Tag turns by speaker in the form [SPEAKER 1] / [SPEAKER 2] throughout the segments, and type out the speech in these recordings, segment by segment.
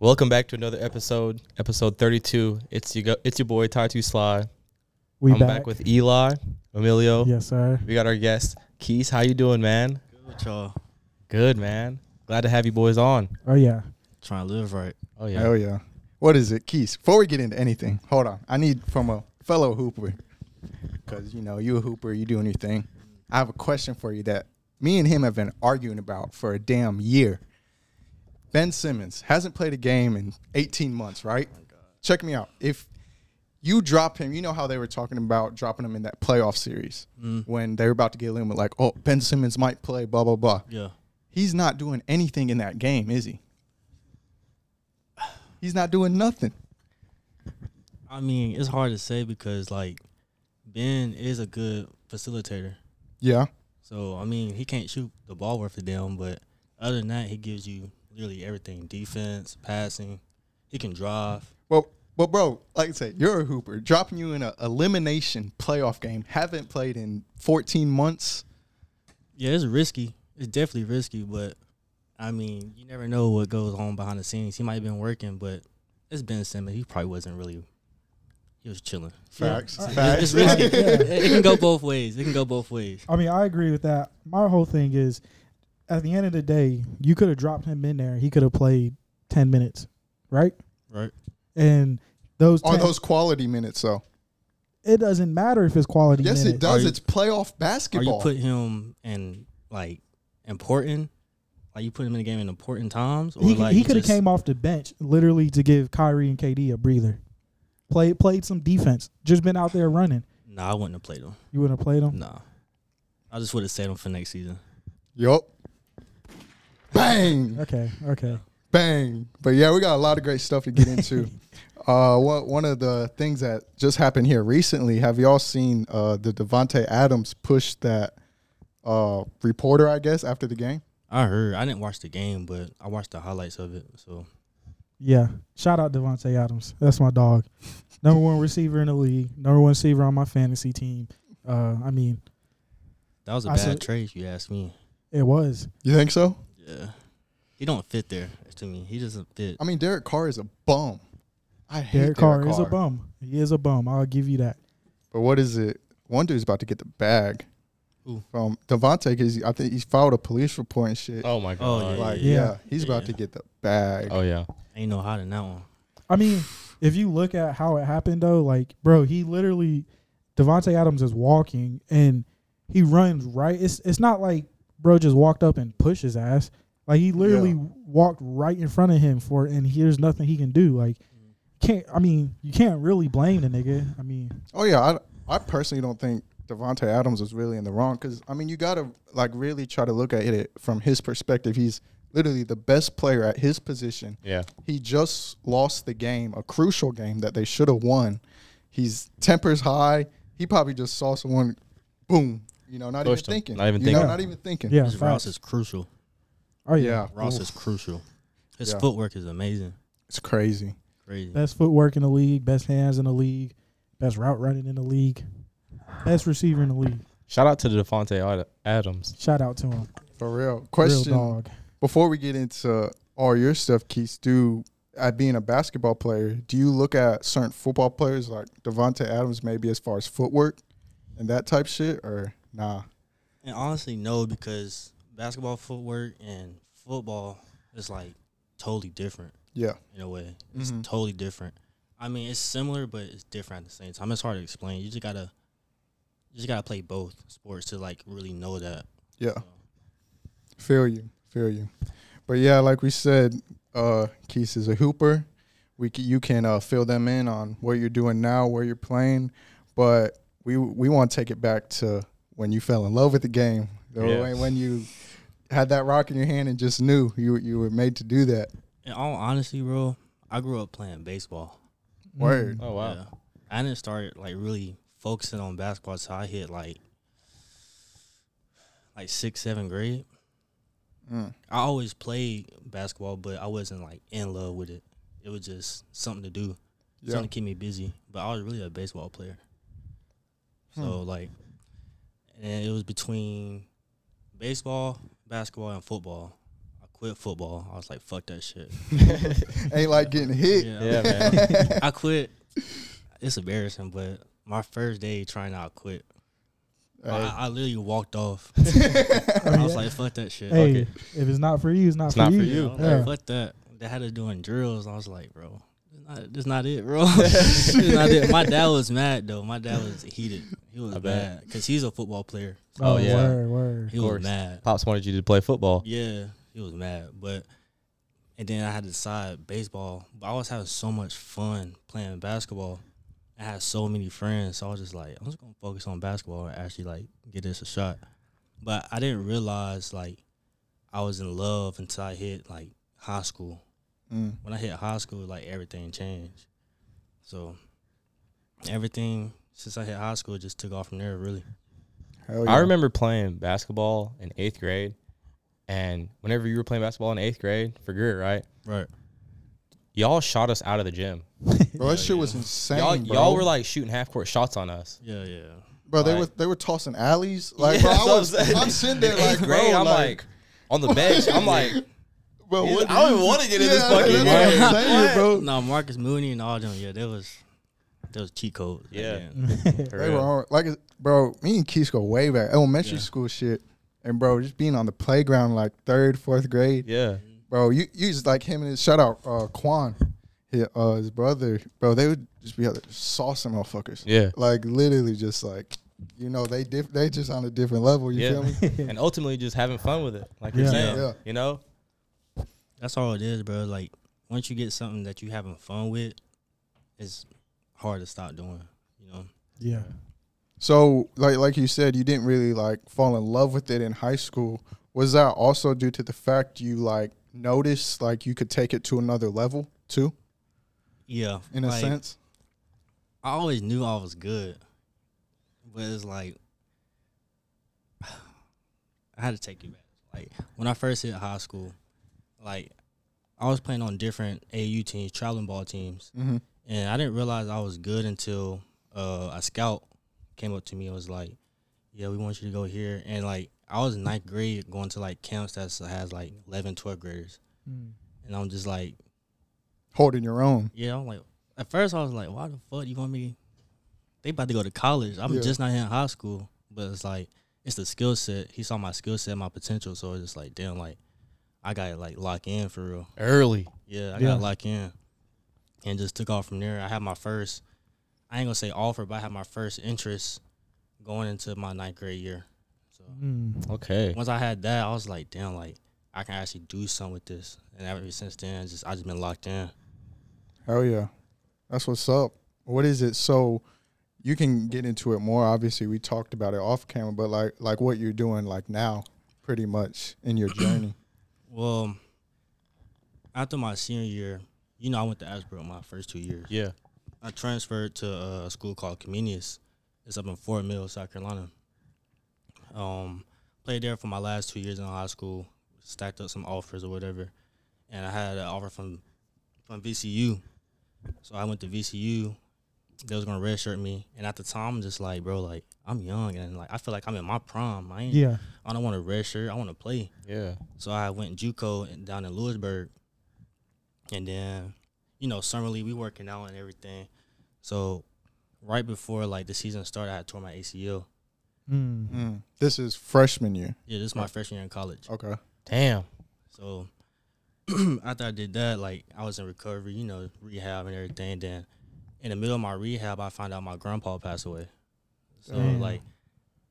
[SPEAKER 1] Welcome back to another episode, episode 32. It's you go, it's your boy Tattoo Sly.
[SPEAKER 2] We
[SPEAKER 1] I'm back. with Eli, Emilio.
[SPEAKER 2] yes, sir.
[SPEAKER 1] We got our guest, Keys. How you doing, man?
[SPEAKER 3] What y'all
[SPEAKER 1] Good, man. Glad to have you boys on.
[SPEAKER 2] Oh yeah.
[SPEAKER 3] trying to live right?
[SPEAKER 1] Oh
[SPEAKER 4] Oh yeah. What is it, Keys? Before we get into anything, hold on. I need from a fellow hooper, because you know you a hooper, you doing your thing. I have a question for you that me and him have been arguing about for a damn year. Ben Simmons hasn't played a game in 18 months, right? Check me out. If you drop him, you know how they were talking about dropping him in that playoff series when they were about to get him with like, oh, Ben Simmons might play, blah blah blah.
[SPEAKER 3] Yeah.
[SPEAKER 4] He's not doing anything in that game, is he? He's not doing nothing.
[SPEAKER 3] I mean, it's hard to say because like Ben is a good facilitator.
[SPEAKER 4] Yeah.
[SPEAKER 3] So I mean, he can't shoot the ball worth a damn, but other than that, he gives you literally everything: defense, passing. He can drive.
[SPEAKER 4] Well, well, bro, like I said, you're a hooper. Dropping you in an elimination playoff game. Haven't played in 14 months.
[SPEAKER 3] Yeah, it's risky. It's definitely risky, but I mean, you never know what goes on behind the scenes. He might have been working, but it's Ben Simmons. He probably wasn't really. He was chilling.
[SPEAKER 4] Facts.
[SPEAKER 3] It's
[SPEAKER 4] Facts.
[SPEAKER 3] risky. it, it can go both ways. It can go both ways.
[SPEAKER 2] I mean, I agree with that. My whole thing is, at the end of the day, you could have dropped him in there. He could have played ten minutes, right?
[SPEAKER 3] Right.
[SPEAKER 2] And those, 10,
[SPEAKER 4] Are those quality minutes though?
[SPEAKER 2] it doesn't matter if it's quality.
[SPEAKER 4] Yes,
[SPEAKER 2] minutes.
[SPEAKER 4] it does.
[SPEAKER 3] Are you-
[SPEAKER 4] it's playoff
[SPEAKER 3] Or you
[SPEAKER 4] basketball.
[SPEAKER 3] put him in like important, like you put him in the game in important times, or
[SPEAKER 2] He,
[SPEAKER 3] like
[SPEAKER 2] he
[SPEAKER 3] you
[SPEAKER 2] could have
[SPEAKER 3] just-
[SPEAKER 2] came off the bench literally to give Kyrie and KD a breather. Played played some defense. Just been out there running.
[SPEAKER 3] Nah, I wouldn't have played him.
[SPEAKER 2] You wouldn't have played him.
[SPEAKER 3] Nah, I just would have saved him for next season.
[SPEAKER 4] yup. Bang.
[SPEAKER 2] Okay, okay.
[SPEAKER 4] Bang. But yeah, we got a lot of great stuff to get into. uh, one, one of the things that just happened here recently, have y'all seen uh, the Devonte Adams push that uh, reporter, I guess, after the game?
[SPEAKER 3] I heard. I didn't watch the game, but I watched the highlights of it. So
[SPEAKER 2] Yeah. Shout out Devontae Adams. That's my dog. Number one receiver in the league. Number one receiver on my fantasy team. Uh, I mean,
[SPEAKER 3] that was a
[SPEAKER 2] I
[SPEAKER 3] bad
[SPEAKER 2] said-
[SPEAKER 3] trade, if you ask me.
[SPEAKER 2] it was.
[SPEAKER 4] You think so?
[SPEAKER 3] Yeah, he don't fit there to me. He doesn't fit.
[SPEAKER 4] I mean, Derek Carr is a bum. I hate
[SPEAKER 2] Derek Carr, is a bum. He is a bum. I'll give you that.
[SPEAKER 4] But what is it? One dude's about to get the bag
[SPEAKER 3] Who?
[SPEAKER 4] from Devontae because I think he's filed a police report and shit.
[SPEAKER 1] Oh my
[SPEAKER 3] Oh,
[SPEAKER 1] god.
[SPEAKER 3] yeah.
[SPEAKER 4] like, yeah, he's about
[SPEAKER 3] yeah.
[SPEAKER 4] to get the bag.
[SPEAKER 1] Oh yeah.
[SPEAKER 3] Ain't no hot in that one.
[SPEAKER 2] I mean, if you look at how it happened though, like, bro, he literally Devontae Adams is walking and he runs right. It's it's not like bro just walked up and pushed his ass. Like he literally
[SPEAKER 4] Yeah.
[SPEAKER 2] walked right in front of him for and there's nothing he can do. Like
[SPEAKER 4] Mm-hmm.
[SPEAKER 2] can't I mean, you can't really blame the nigga. I mean,
[SPEAKER 4] Oh yeah, I, I personally don't think Devonte Adams was really in the wrong because I mean you gotta like really try to look at it from his perspective. He's literally the best player at his position.
[SPEAKER 1] Yeah.
[SPEAKER 4] He just lost the game, a crucial game that they should have won. He's tempers high. He probably just saw someone, boom. You know, not
[SPEAKER 1] Pushed him.
[SPEAKER 4] even thinking.
[SPEAKER 1] Not even
[SPEAKER 4] You know,
[SPEAKER 2] thinking.
[SPEAKER 4] not even thinking.
[SPEAKER 2] yeah,
[SPEAKER 3] His
[SPEAKER 2] facts.
[SPEAKER 3] Ross is crucial.
[SPEAKER 2] Oh yeah.
[SPEAKER 4] Yeah.
[SPEAKER 3] Ross
[SPEAKER 4] Oof,
[SPEAKER 3] is crucial. His
[SPEAKER 4] Yeah.
[SPEAKER 3] footwork is amazing.
[SPEAKER 4] it's crazy.
[SPEAKER 3] Crazy.
[SPEAKER 2] Best footwork in the league, best hands in the league, best route running in the league, best receiver in the league.
[SPEAKER 1] Shout out to the Devontae Adams.
[SPEAKER 2] Shout out to him.
[SPEAKER 4] For real.
[SPEAKER 2] Real
[SPEAKER 4] Question
[SPEAKER 2] dog.
[SPEAKER 4] before we get into all your stuff, Keith, do at being a basketball player, do you look at certain football players like Devonte Adams maybe as far as footwork and that type shit or nah?
[SPEAKER 3] And honestly, no, because basketball footwork and football is like totally different
[SPEAKER 4] Yeah.
[SPEAKER 3] in a way. It's
[SPEAKER 4] Mhm.
[SPEAKER 3] totally different. I mean, it's similar, but it's different at the same time. It's hard to explain. You just gotta, you just gotta play both sports to like really know that.
[SPEAKER 4] Yeah. Feel you. Feel you. But yeah, like we said, uh Keith is a hooper. We c- you can uh, fill them in on what you're doing now, where you're playing, but we we want to take it back to when you fell in love with the game, or
[SPEAKER 1] Yeah.
[SPEAKER 4] when, when you had that rock in your hand and just knew you you were made to do that.
[SPEAKER 3] In all honesty, bro, I grew up playing baseball.
[SPEAKER 4] Word.
[SPEAKER 2] Mm-hmm.
[SPEAKER 1] Oh wow.
[SPEAKER 3] Yeah. I didn't start like really focusing on basketball until I hit like, like sixth, seventh grade.
[SPEAKER 4] Mm.
[SPEAKER 3] I always played basketball, but I wasn't like in love with it. It was just something to do,
[SPEAKER 4] Yeah.
[SPEAKER 3] something to keep me busy. But I was really a baseball player. So
[SPEAKER 2] Hmm.
[SPEAKER 3] like, and it was between baseball, basketball, and football. I quit football. I was like, fuck that shit.
[SPEAKER 4] Ain't like getting hit.
[SPEAKER 3] Yeah,
[SPEAKER 1] Yeah, man.
[SPEAKER 3] I quit. It's embarrassing, but my first day trying to quit,
[SPEAKER 4] Hey,
[SPEAKER 3] I, I literally walked off.
[SPEAKER 2] Oh,
[SPEAKER 3] I was
[SPEAKER 2] yeah.
[SPEAKER 3] like, fuck that shit.
[SPEAKER 2] hey,
[SPEAKER 1] it.
[SPEAKER 2] if it's not for you, it's not,
[SPEAKER 1] It's
[SPEAKER 2] for,
[SPEAKER 1] not
[SPEAKER 2] you.
[SPEAKER 1] for
[SPEAKER 3] Yeah, I
[SPEAKER 1] you.
[SPEAKER 3] was
[SPEAKER 2] Yeah.
[SPEAKER 3] like, fuck that. They had us doing drills. I was like, bro, it's not, it's not it, bro. it's not it. My dad was mad though. My dad was heated. He was
[SPEAKER 1] I bet.
[SPEAKER 3] mad because he's a football player.
[SPEAKER 1] Oh, yeah.
[SPEAKER 2] word, word.
[SPEAKER 3] He
[SPEAKER 1] Of
[SPEAKER 3] was
[SPEAKER 1] course.
[SPEAKER 3] mad.
[SPEAKER 1] Pops wanted you to play football.
[SPEAKER 3] Yeah, he was mad. But and then I had to decide baseball. But I was having so much fun playing basketball. I had so many friends, so I was just like, I'm just gonna focus on basketball and actually like get this a shot. But I didn't realize like I was in love until I hit like high school.
[SPEAKER 4] mm.
[SPEAKER 3] When I hit high school, like everything changed. So everything since I hit high school just took off from there really.
[SPEAKER 4] Hell
[SPEAKER 1] I
[SPEAKER 4] Oh, yeah.
[SPEAKER 1] remember playing basketball in eighth grade, and whenever you were playing basketball in eighth grade for Greer, right?
[SPEAKER 3] Right.
[SPEAKER 1] Y'all shot us out of the gym.
[SPEAKER 4] Bro, that shit
[SPEAKER 3] yeah.
[SPEAKER 4] was insane.
[SPEAKER 1] Y'all,
[SPEAKER 4] bro.
[SPEAKER 1] y'all were like shooting half court shots on us.
[SPEAKER 3] Yeah, yeah.
[SPEAKER 4] bro, they were
[SPEAKER 1] like-
[SPEAKER 4] they were tossing alleys. Like,
[SPEAKER 1] Yeah, that's
[SPEAKER 4] bro, I
[SPEAKER 1] what I'm
[SPEAKER 4] was,
[SPEAKER 1] saying.
[SPEAKER 4] I'm sitting there
[SPEAKER 1] In
[SPEAKER 4] like,
[SPEAKER 1] eighth
[SPEAKER 4] bro,
[SPEAKER 1] grade, I'm like, on the bench. I'm like,
[SPEAKER 4] bro,
[SPEAKER 1] Yeah,
[SPEAKER 4] what
[SPEAKER 1] I don't
[SPEAKER 4] do
[SPEAKER 1] even
[SPEAKER 4] you-
[SPEAKER 1] wanna get in this fucking
[SPEAKER 4] that's what I'm
[SPEAKER 1] game.
[SPEAKER 4] saying, bro.
[SPEAKER 3] No, Marcus Mooney and all them. Yeah, that was that was cheat code.
[SPEAKER 1] Yeah. for
[SPEAKER 4] They
[SPEAKER 1] real.
[SPEAKER 4] were on, like, bro, me and Keith go way back, elementary
[SPEAKER 3] Yeah.
[SPEAKER 4] school shit. And bro, just being on the playground like third, fourth grade,
[SPEAKER 1] yeah.
[SPEAKER 4] bro. You, you just like him and his shout out uh, Quan, his, uh, his brother, bro. They would just be out there saucing motherfuckers,
[SPEAKER 1] Yeah.
[SPEAKER 4] like literally just like, you know, they diff- they just on a different level. You
[SPEAKER 1] Yeah.
[SPEAKER 4] feel me?
[SPEAKER 1] and ultimately just having fun with it, like
[SPEAKER 2] Yeah.
[SPEAKER 1] you're saying.
[SPEAKER 4] Yeah.
[SPEAKER 1] You know,
[SPEAKER 3] That's all it is, bro. Like once you get something that you having fun with, it's hard to stop doing. You know.
[SPEAKER 2] yeah.
[SPEAKER 4] So, like, like you said, you didn't really like fall in love with it in high school. Was that also due to the fact you like noticed like you could take it to another level too,
[SPEAKER 3] Yeah.
[SPEAKER 4] in a
[SPEAKER 3] like,
[SPEAKER 4] sense?
[SPEAKER 3] I always knew I was good, but it's like I had to take it back. Like when I first hit high school, like I was playing on different AU teams, traveling ball teams.
[SPEAKER 4] Mm-hmm.
[SPEAKER 3] and I didn't realize I was good until uh, a scout came up to me and was like, "Yeah, we want you to go here." And like, I was in ninth grade going to like camps that has like 11, 12 graders,
[SPEAKER 2] Mm.
[SPEAKER 3] and I'm just like,
[SPEAKER 4] Holding your own.
[SPEAKER 3] "Yeah." I'm like, at first I was like, "Why the fuck you want me?" They about to go to college. I'm
[SPEAKER 4] Yeah.
[SPEAKER 3] just not here in high school, but it's like it's the skill set. He saw my skill set, my potential, so it's just like, damn, like I got to like lock in for real.
[SPEAKER 1] early.
[SPEAKER 3] Yeah, I
[SPEAKER 2] Yeah.
[SPEAKER 3] got locked in and just took off from there. I had my first, I ain't gonna say offer, but I had my first interest going into my ninth grade year. So
[SPEAKER 2] Mm.
[SPEAKER 1] Okay.
[SPEAKER 3] once I had that, I was like, damn, like I can actually do something with this. And ever since then, it's just I just been locked in.
[SPEAKER 4] Hell yeah. That's what's up. What is it? So you can get into it more. Obviously, we talked about it off camera, but like like what you're doing like now, pretty much in your journey.
[SPEAKER 3] Well, after my senior year, you know, I went to Ashbrook my first two years.
[SPEAKER 1] Yeah.
[SPEAKER 3] I transferred to a school called Comenius. It's up in Fort Mill, South Carolina. Um, played there for my last two years in high school. Stacked up some offers or whatever, and I had an offer from from VCU. So I went to VCU. They was gonna redshirt me, and at the time, I'm just like, bro, like I'm young and like I feel like I'm in my prime. I ain't,
[SPEAKER 2] Yeah.
[SPEAKER 3] I don't want to redshirt. I want to play.
[SPEAKER 1] Yeah.
[SPEAKER 3] So I went JUCO and- down in Lewisburg, and then you know summerly we working out and everything. So right before like the season started, I had tore my ACL.
[SPEAKER 2] Mm.
[SPEAKER 4] Mm. This is freshman year.
[SPEAKER 3] Yeah, this is my freshman year in college.
[SPEAKER 4] Okay.
[SPEAKER 1] Damn.
[SPEAKER 3] So after I did that, like I was in recovery, you know, rehab and everything. Then in the middle of my rehab, I found out my grandpa passed away. So
[SPEAKER 2] Damn.
[SPEAKER 3] like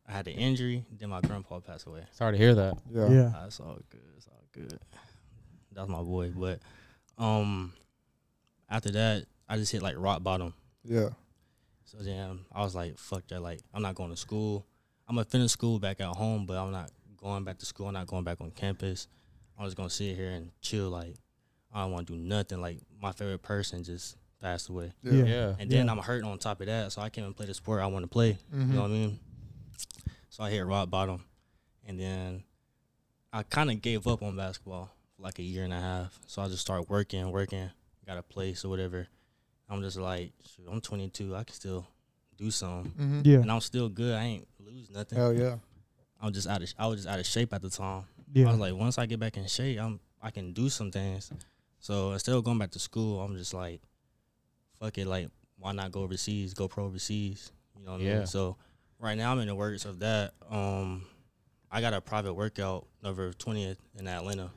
[SPEAKER 3] I had an injury, then my grandpa passed away.
[SPEAKER 1] Sorry to hear that.
[SPEAKER 4] Yeah.
[SPEAKER 2] Yeah.
[SPEAKER 3] That's all good. It's all good. That's my boy. But um, after that, I just hit like rock bottom.
[SPEAKER 4] Yeah.
[SPEAKER 3] So then I was like, fuck that. Like, I'm not going to school. I'm going to finish school back at home, but I'm not going back to school. I'm not going back on campus. I'm just going to sit here and chill. Like, I don't want to do nothing. Like, my favorite person just passed away.
[SPEAKER 2] Yeah.
[SPEAKER 1] Yeah.
[SPEAKER 3] And then
[SPEAKER 2] Yeah.
[SPEAKER 3] I'm hurting on top of that. So I can't even play the sport I want to play.
[SPEAKER 4] Mm-hmm.
[SPEAKER 3] You know what I mean? So I hit rock bottom, and then I kind of gave up on basketball for like a year and a half. So I just started working, working, got a place or whatever. I'm just like, shoot, I'm 22, I can still do something,
[SPEAKER 4] Mm-hmm.
[SPEAKER 2] Yeah.
[SPEAKER 3] and I'm still good. I ain't lose nothing.
[SPEAKER 4] Hell yeah.
[SPEAKER 3] I'm just out of, I was just out of shape at the time. I
[SPEAKER 2] Yeah.
[SPEAKER 3] was like, once I get back in shape, I'm I can do some things. So instead of going back to school, I'm just like, fuck it, like why not go overseas, go pro overseas? You know what I
[SPEAKER 1] Yeah.
[SPEAKER 3] mean? So right now I'm in the works of that. Um I got a private workout November twentieth in Atlanta.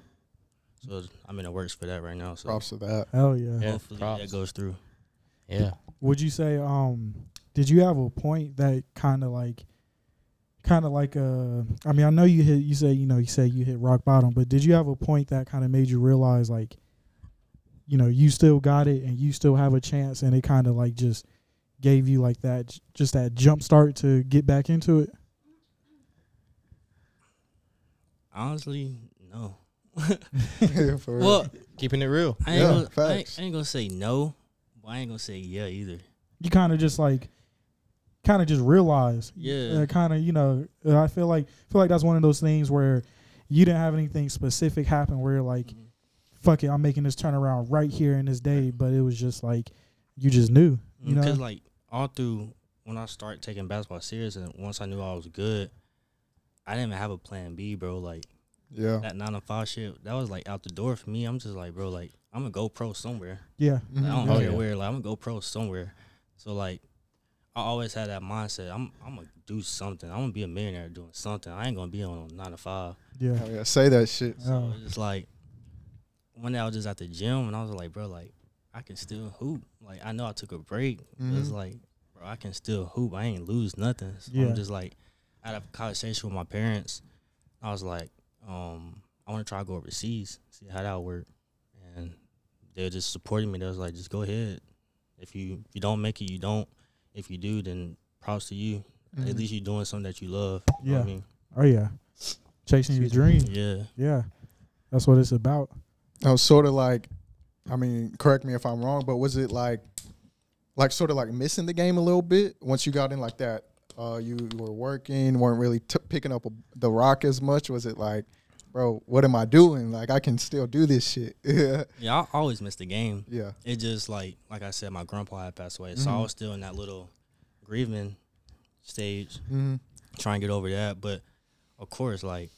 [SPEAKER 3] So I'm in the works for that right now. So
[SPEAKER 4] Props to that.
[SPEAKER 2] Hell yeah.
[SPEAKER 1] Yeah,
[SPEAKER 3] hopefully
[SPEAKER 1] props.
[SPEAKER 3] that goes through.
[SPEAKER 1] Yeah.
[SPEAKER 2] Would you say um did you have a point that kind of like kind of like uh I mean I know you hit you say you know you say you hit rock bottom but did you have a point that kind of made you realize like you know you still got it and you still have a chance and it kind of like just gave you like that just that jump start to get back into it
[SPEAKER 3] Honestly, no.
[SPEAKER 4] Yeah, for real.
[SPEAKER 3] Well,
[SPEAKER 1] Keeping it real.
[SPEAKER 3] I ain't,
[SPEAKER 4] Yeah,
[SPEAKER 3] gonna, I, ain't,
[SPEAKER 4] facts.
[SPEAKER 3] I ain't gonna say no, but I ain't gonna say yeah either.
[SPEAKER 2] you kind of just like kind of just realize
[SPEAKER 3] Yeah.
[SPEAKER 2] kind of you know uh, I feel like feel like that's one of those things where you didn't have anything specific happen where you're like fuck it, I'm making this turnaround right here in this day. But it was just like you just knew, you know.
[SPEAKER 3] Because like all through when I started taking basketball serious, and once I knew I was good, I didn't even have a plan B, bro. Like
[SPEAKER 4] yeah.
[SPEAKER 3] that nine to five shit, that was like out the door for me. I'm just like, bro, like I'm gonna go pro somewhere.
[SPEAKER 2] yeah,
[SPEAKER 3] Like, I
[SPEAKER 4] Mhm.
[SPEAKER 3] don't
[SPEAKER 1] Oh,
[SPEAKER 3] care
[SPEAKER 1] yeah.
[SPEAKER 3] where. Like I'm gonna go pro somewhere. So like, I always had that mindset. I'm I'm gonna do something. I'm gonna be a millionaire doing something. I ain't gonna be on a nine to five.
[SPEAKER 2] yeah,
[SPEAKER 4] Hell yeah. Say that shit.
[SPEAKER 2] Oh.
[SPEAKER 3] So it's just like one day I was just at the gym and I was like, bro, like I can still hoop. Like I know I took a break. But it's
[SPEAKER 4] Mhm.
[SPEAKER 3] like, bro, I can still hoop. I ain't lose nothing. So
[SPEAKER 2] Mm-hmm. Yeah.
[SPEAKER 3] I'm just like, I had a conversation with my parents. I was like, um, I want to try to go overseas, see how that work. And they were just supporting me. They was like, just go ahead. If you if you don't make it, you don't. If you do, then props to you. At
[SPEAKER 4] Mhm.
[SPEAKER 3] least you're doing something that you love.
[SPEAKER 2] Mm-hmm.
[SPEAKER 3] You
[SPEAKER 2] yeah.
[SPEAKER 3] know what I mean?
[SPEAKER 2] Oh yeah, chasing your dream.
[SPEAKER 3] Yeah.
[SPEAKER 2] Yeah, that's what it's about.
[SPEAKER 4] I was sort of like, I mean, correct me if I'm wrong, but was it like, like sort of like missing the game a little bit once you got in like that? Uh, you were working, weren't really t- picking up a, the rock as much. Was it like, bro, what am I doing? Like, I can still do this shit. yeah,
[SPEAKER 3] Yeah, I always miss the game.
[SPEAKER 4] yeah,
[SPEAKER 3] it just like like I said, my grandpa had passed away, so I
[SPEAKER 4] Mhm.
[SPEAKER 3] was still in that little grieving stage,
[SPEAKER 4] Mhm.
[SPEAKER 3] trying to get over that. But of course, like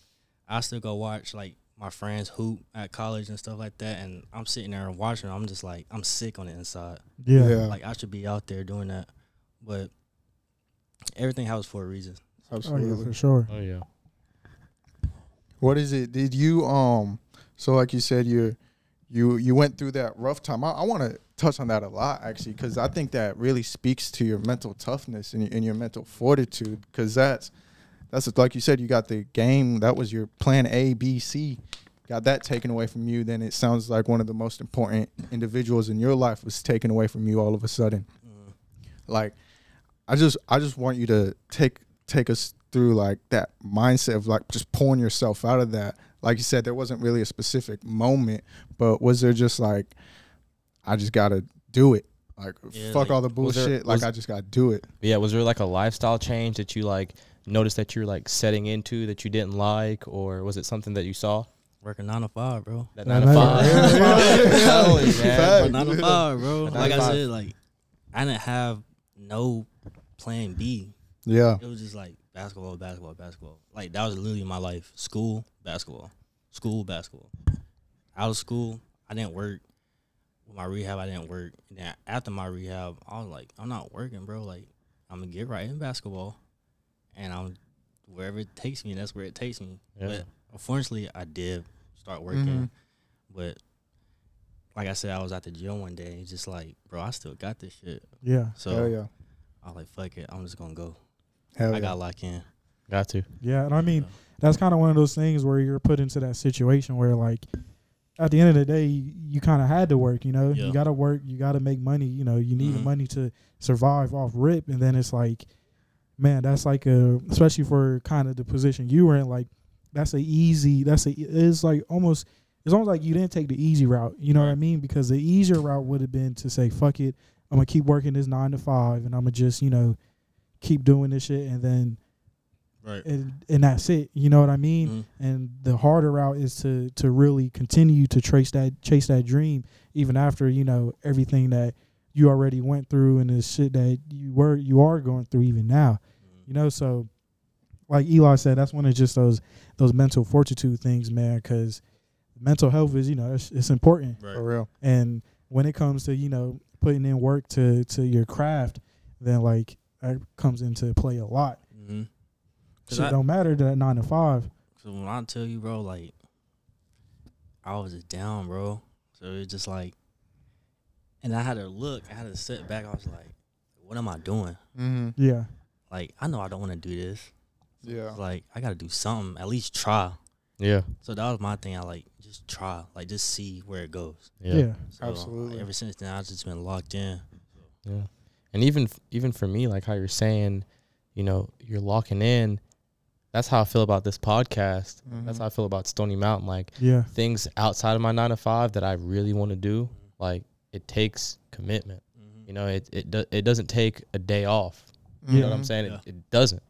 [SPEAKER 3] I still go watch like my friends hoop at college and stuff like that, and I'm sitting there and watching. I'm just like I'm sick on the inside.
[SPEAKER 2] Yeah,
[SPEAKER 4] Yeah.
[SPEAKER 3] Like I should be out there doing that, but everything happens for a reason.
[SPEAKER 2] oh yeah,
[SPEAKER 4] absolutely.
[SPEAKER 2] for sure.
[SPEAKER 1] Oh yeah.
[SPEAKER 4] What is it? Did you um? So like you said, you you you went through that rough time. I, I want to touch on that a lot actually, because I think that really speaks to your mental toughness and, your- and your mental fortitude. Because that's that's like you said, you got the game that was your plan A, B, C. Got that taken away from you, then it sounds like one of the most important individuals in your life was taken away from you all of a sudden
[SPEAKER 3] Mm.
[SPEAKER 4] like i just i just want you to take take us through like that mindset of like just pulling yourself out of that like you said there wasn't really a specific moment but was there just like i just gotta do it like
[SPEAKER 3] Yeah, like,
[SPEAKER 4] fuck all the
[SPEAKER 1] was there-
[SPEAKER 4] bullshit like
[SPEAKER 1] was-
[SPEAKER 4] i just gotta do it
[SPEAKER 1] But yeah, was there like a lifestyle change that you like noticed that you were like setting into that you didn't like, or was it something that you saw
[SPEAKER 3] Working nine to five, bro.
[SPEAKER 1] that
[SPEAKER 2] Yeah,
[SPEAKER 1] nine to
[SPEAKER 2] man.
[SPEAKER 1] five? Totally, man.
[SPEAKER 4] Facts.
[SPEAKER 3] But nine to five, bro.
[SPEAKER 1] Nine to
[SPEAKER 3] Like I
[SPEAKER 1] five.
[SPEAKER 3] said, like I didn't have no plan B.
[SPEAKER 4] yeah
[SPEAKER 3] It was just like basketball, basketball, basketball. Like that was literally my life. School, basketball. School, basketball. Out of school, I didn't work. With my rehab, I didn't work. And then after my rehab, I was like, I'm not working, bro. Like, I'm gonna get right in basketball, and I'm wherever it takes me. That's where it takes me.
[SPEAKER 1] Yeah.
[SPEAKER 3] But unfortunately, I did start working.
[SPEAKER 4] Mhm.
[SPEAKER 3] But like I said, I was at the gym one day, and it's just like, bro, I still got this shit.
[SPEAKER 2] Yeah,
[SPEAKER 3] So
[SPEAKER 4] hell yeah
[SPEAKER 3] I was like, fuck it, I'm just gonna go.
[SPEAKER 4] hell
[SPEAKER 3] I
[SPEAKER 4] yeah
[SPEAKER 3] got locked in.
[SPEAKER 1] Got to.
[SPEAKER 2] yeah, and I mean that's kind of one of those things where you're put into that situation where like at the end of the day you, you kind of had to work you know
[SPEAKER 3] Yeah.
[SPEAKER 2] you got to work you got to make money you know you need the
[SPEAKER 3] Mhm.
[SPEAKER 2] money to survive off rip and then it's like man that's like a especially for kind of the position you were in like that's a easy that's a it's like almost it's almost like you didn't take the easy route you know what i mean because the easier route would have been to say fuck it i'm gonna keep working this nine to five and i'm gonna just you know keep doing this shit and then
[SPEAKER 3] Right.
[SPEAKER 2] and, and that's it you know what i mean
[SPEAKER 3] Mhm.
[SPEAKER 2] and the harder route is to to really continue to trace that chase that dream even after you know everything that you already went through and the shit that you were you are going through even now
[SPEAKER 3] Mm-hmm.
[SPEAKER 2] you know so like eli said that's one of just those those mental fortitude things man because mental health is you know it's, it's important.
[SPEAKER 3] Mm-hmm.
[SPEAKER 4] for real.
[SPEAKER 2] And when it comes to you know putting in work to to your craft, then like that comes into play a lot.
[SPEAKER 3] Mm-hmm. Cause
[SPEAKER 2] Shit
[SPEAKER 3] I-
[SPEAKER 2] don't matter that nine to five.
[SPEAKER 3] So when I tell you, bro, like I was just down, bro. So it was just like, and I had to look, I had to sit back. I was like, what am I doing?
[SPEAKER 4] Mm-hmm.
[SPEAKER 2] Yeah,
[SPEAKER 3] Like I know I don't want to do this.
[SPEAKER 4] Yeah.
[SPEAKER 3] Like I got to do something. At least try.
[SPEAKER 1] Yeah.
[SPEAKER 3] So that was my thing. I like just try, like just see where it goes.
[SPEAKER 1] Yeah.
[SPEAKER 2] yeah.
[SPEAKER 1] Yeah.
[SPEAKER 3] So,
[SPEAKER 4] Absolutely.
[SPEAKER 3] Like, ever since then, I've just been locked in.
[SPEAKER 1] And even f- even for me, like how you're saying, you know, you're locking in. That's how I feel about this podcast.
[SPEAKER 3] Mm-hmm.
[SPEAKER 1] That's how I feel about Stony Mountain. Like
[SPEAKER 2] yeah.
[SPEAKER 1] things outside of my nine to five that I really want to do, like it takes commitment. You
[SPEAKER 3] Mm-hmm.
[SPEAKER 1] know, it it do, it doesn't take a day off. You know what I'm saying?
[SPEAKER 3] Yeah.
[SPEAKER 1] It, it doesn't.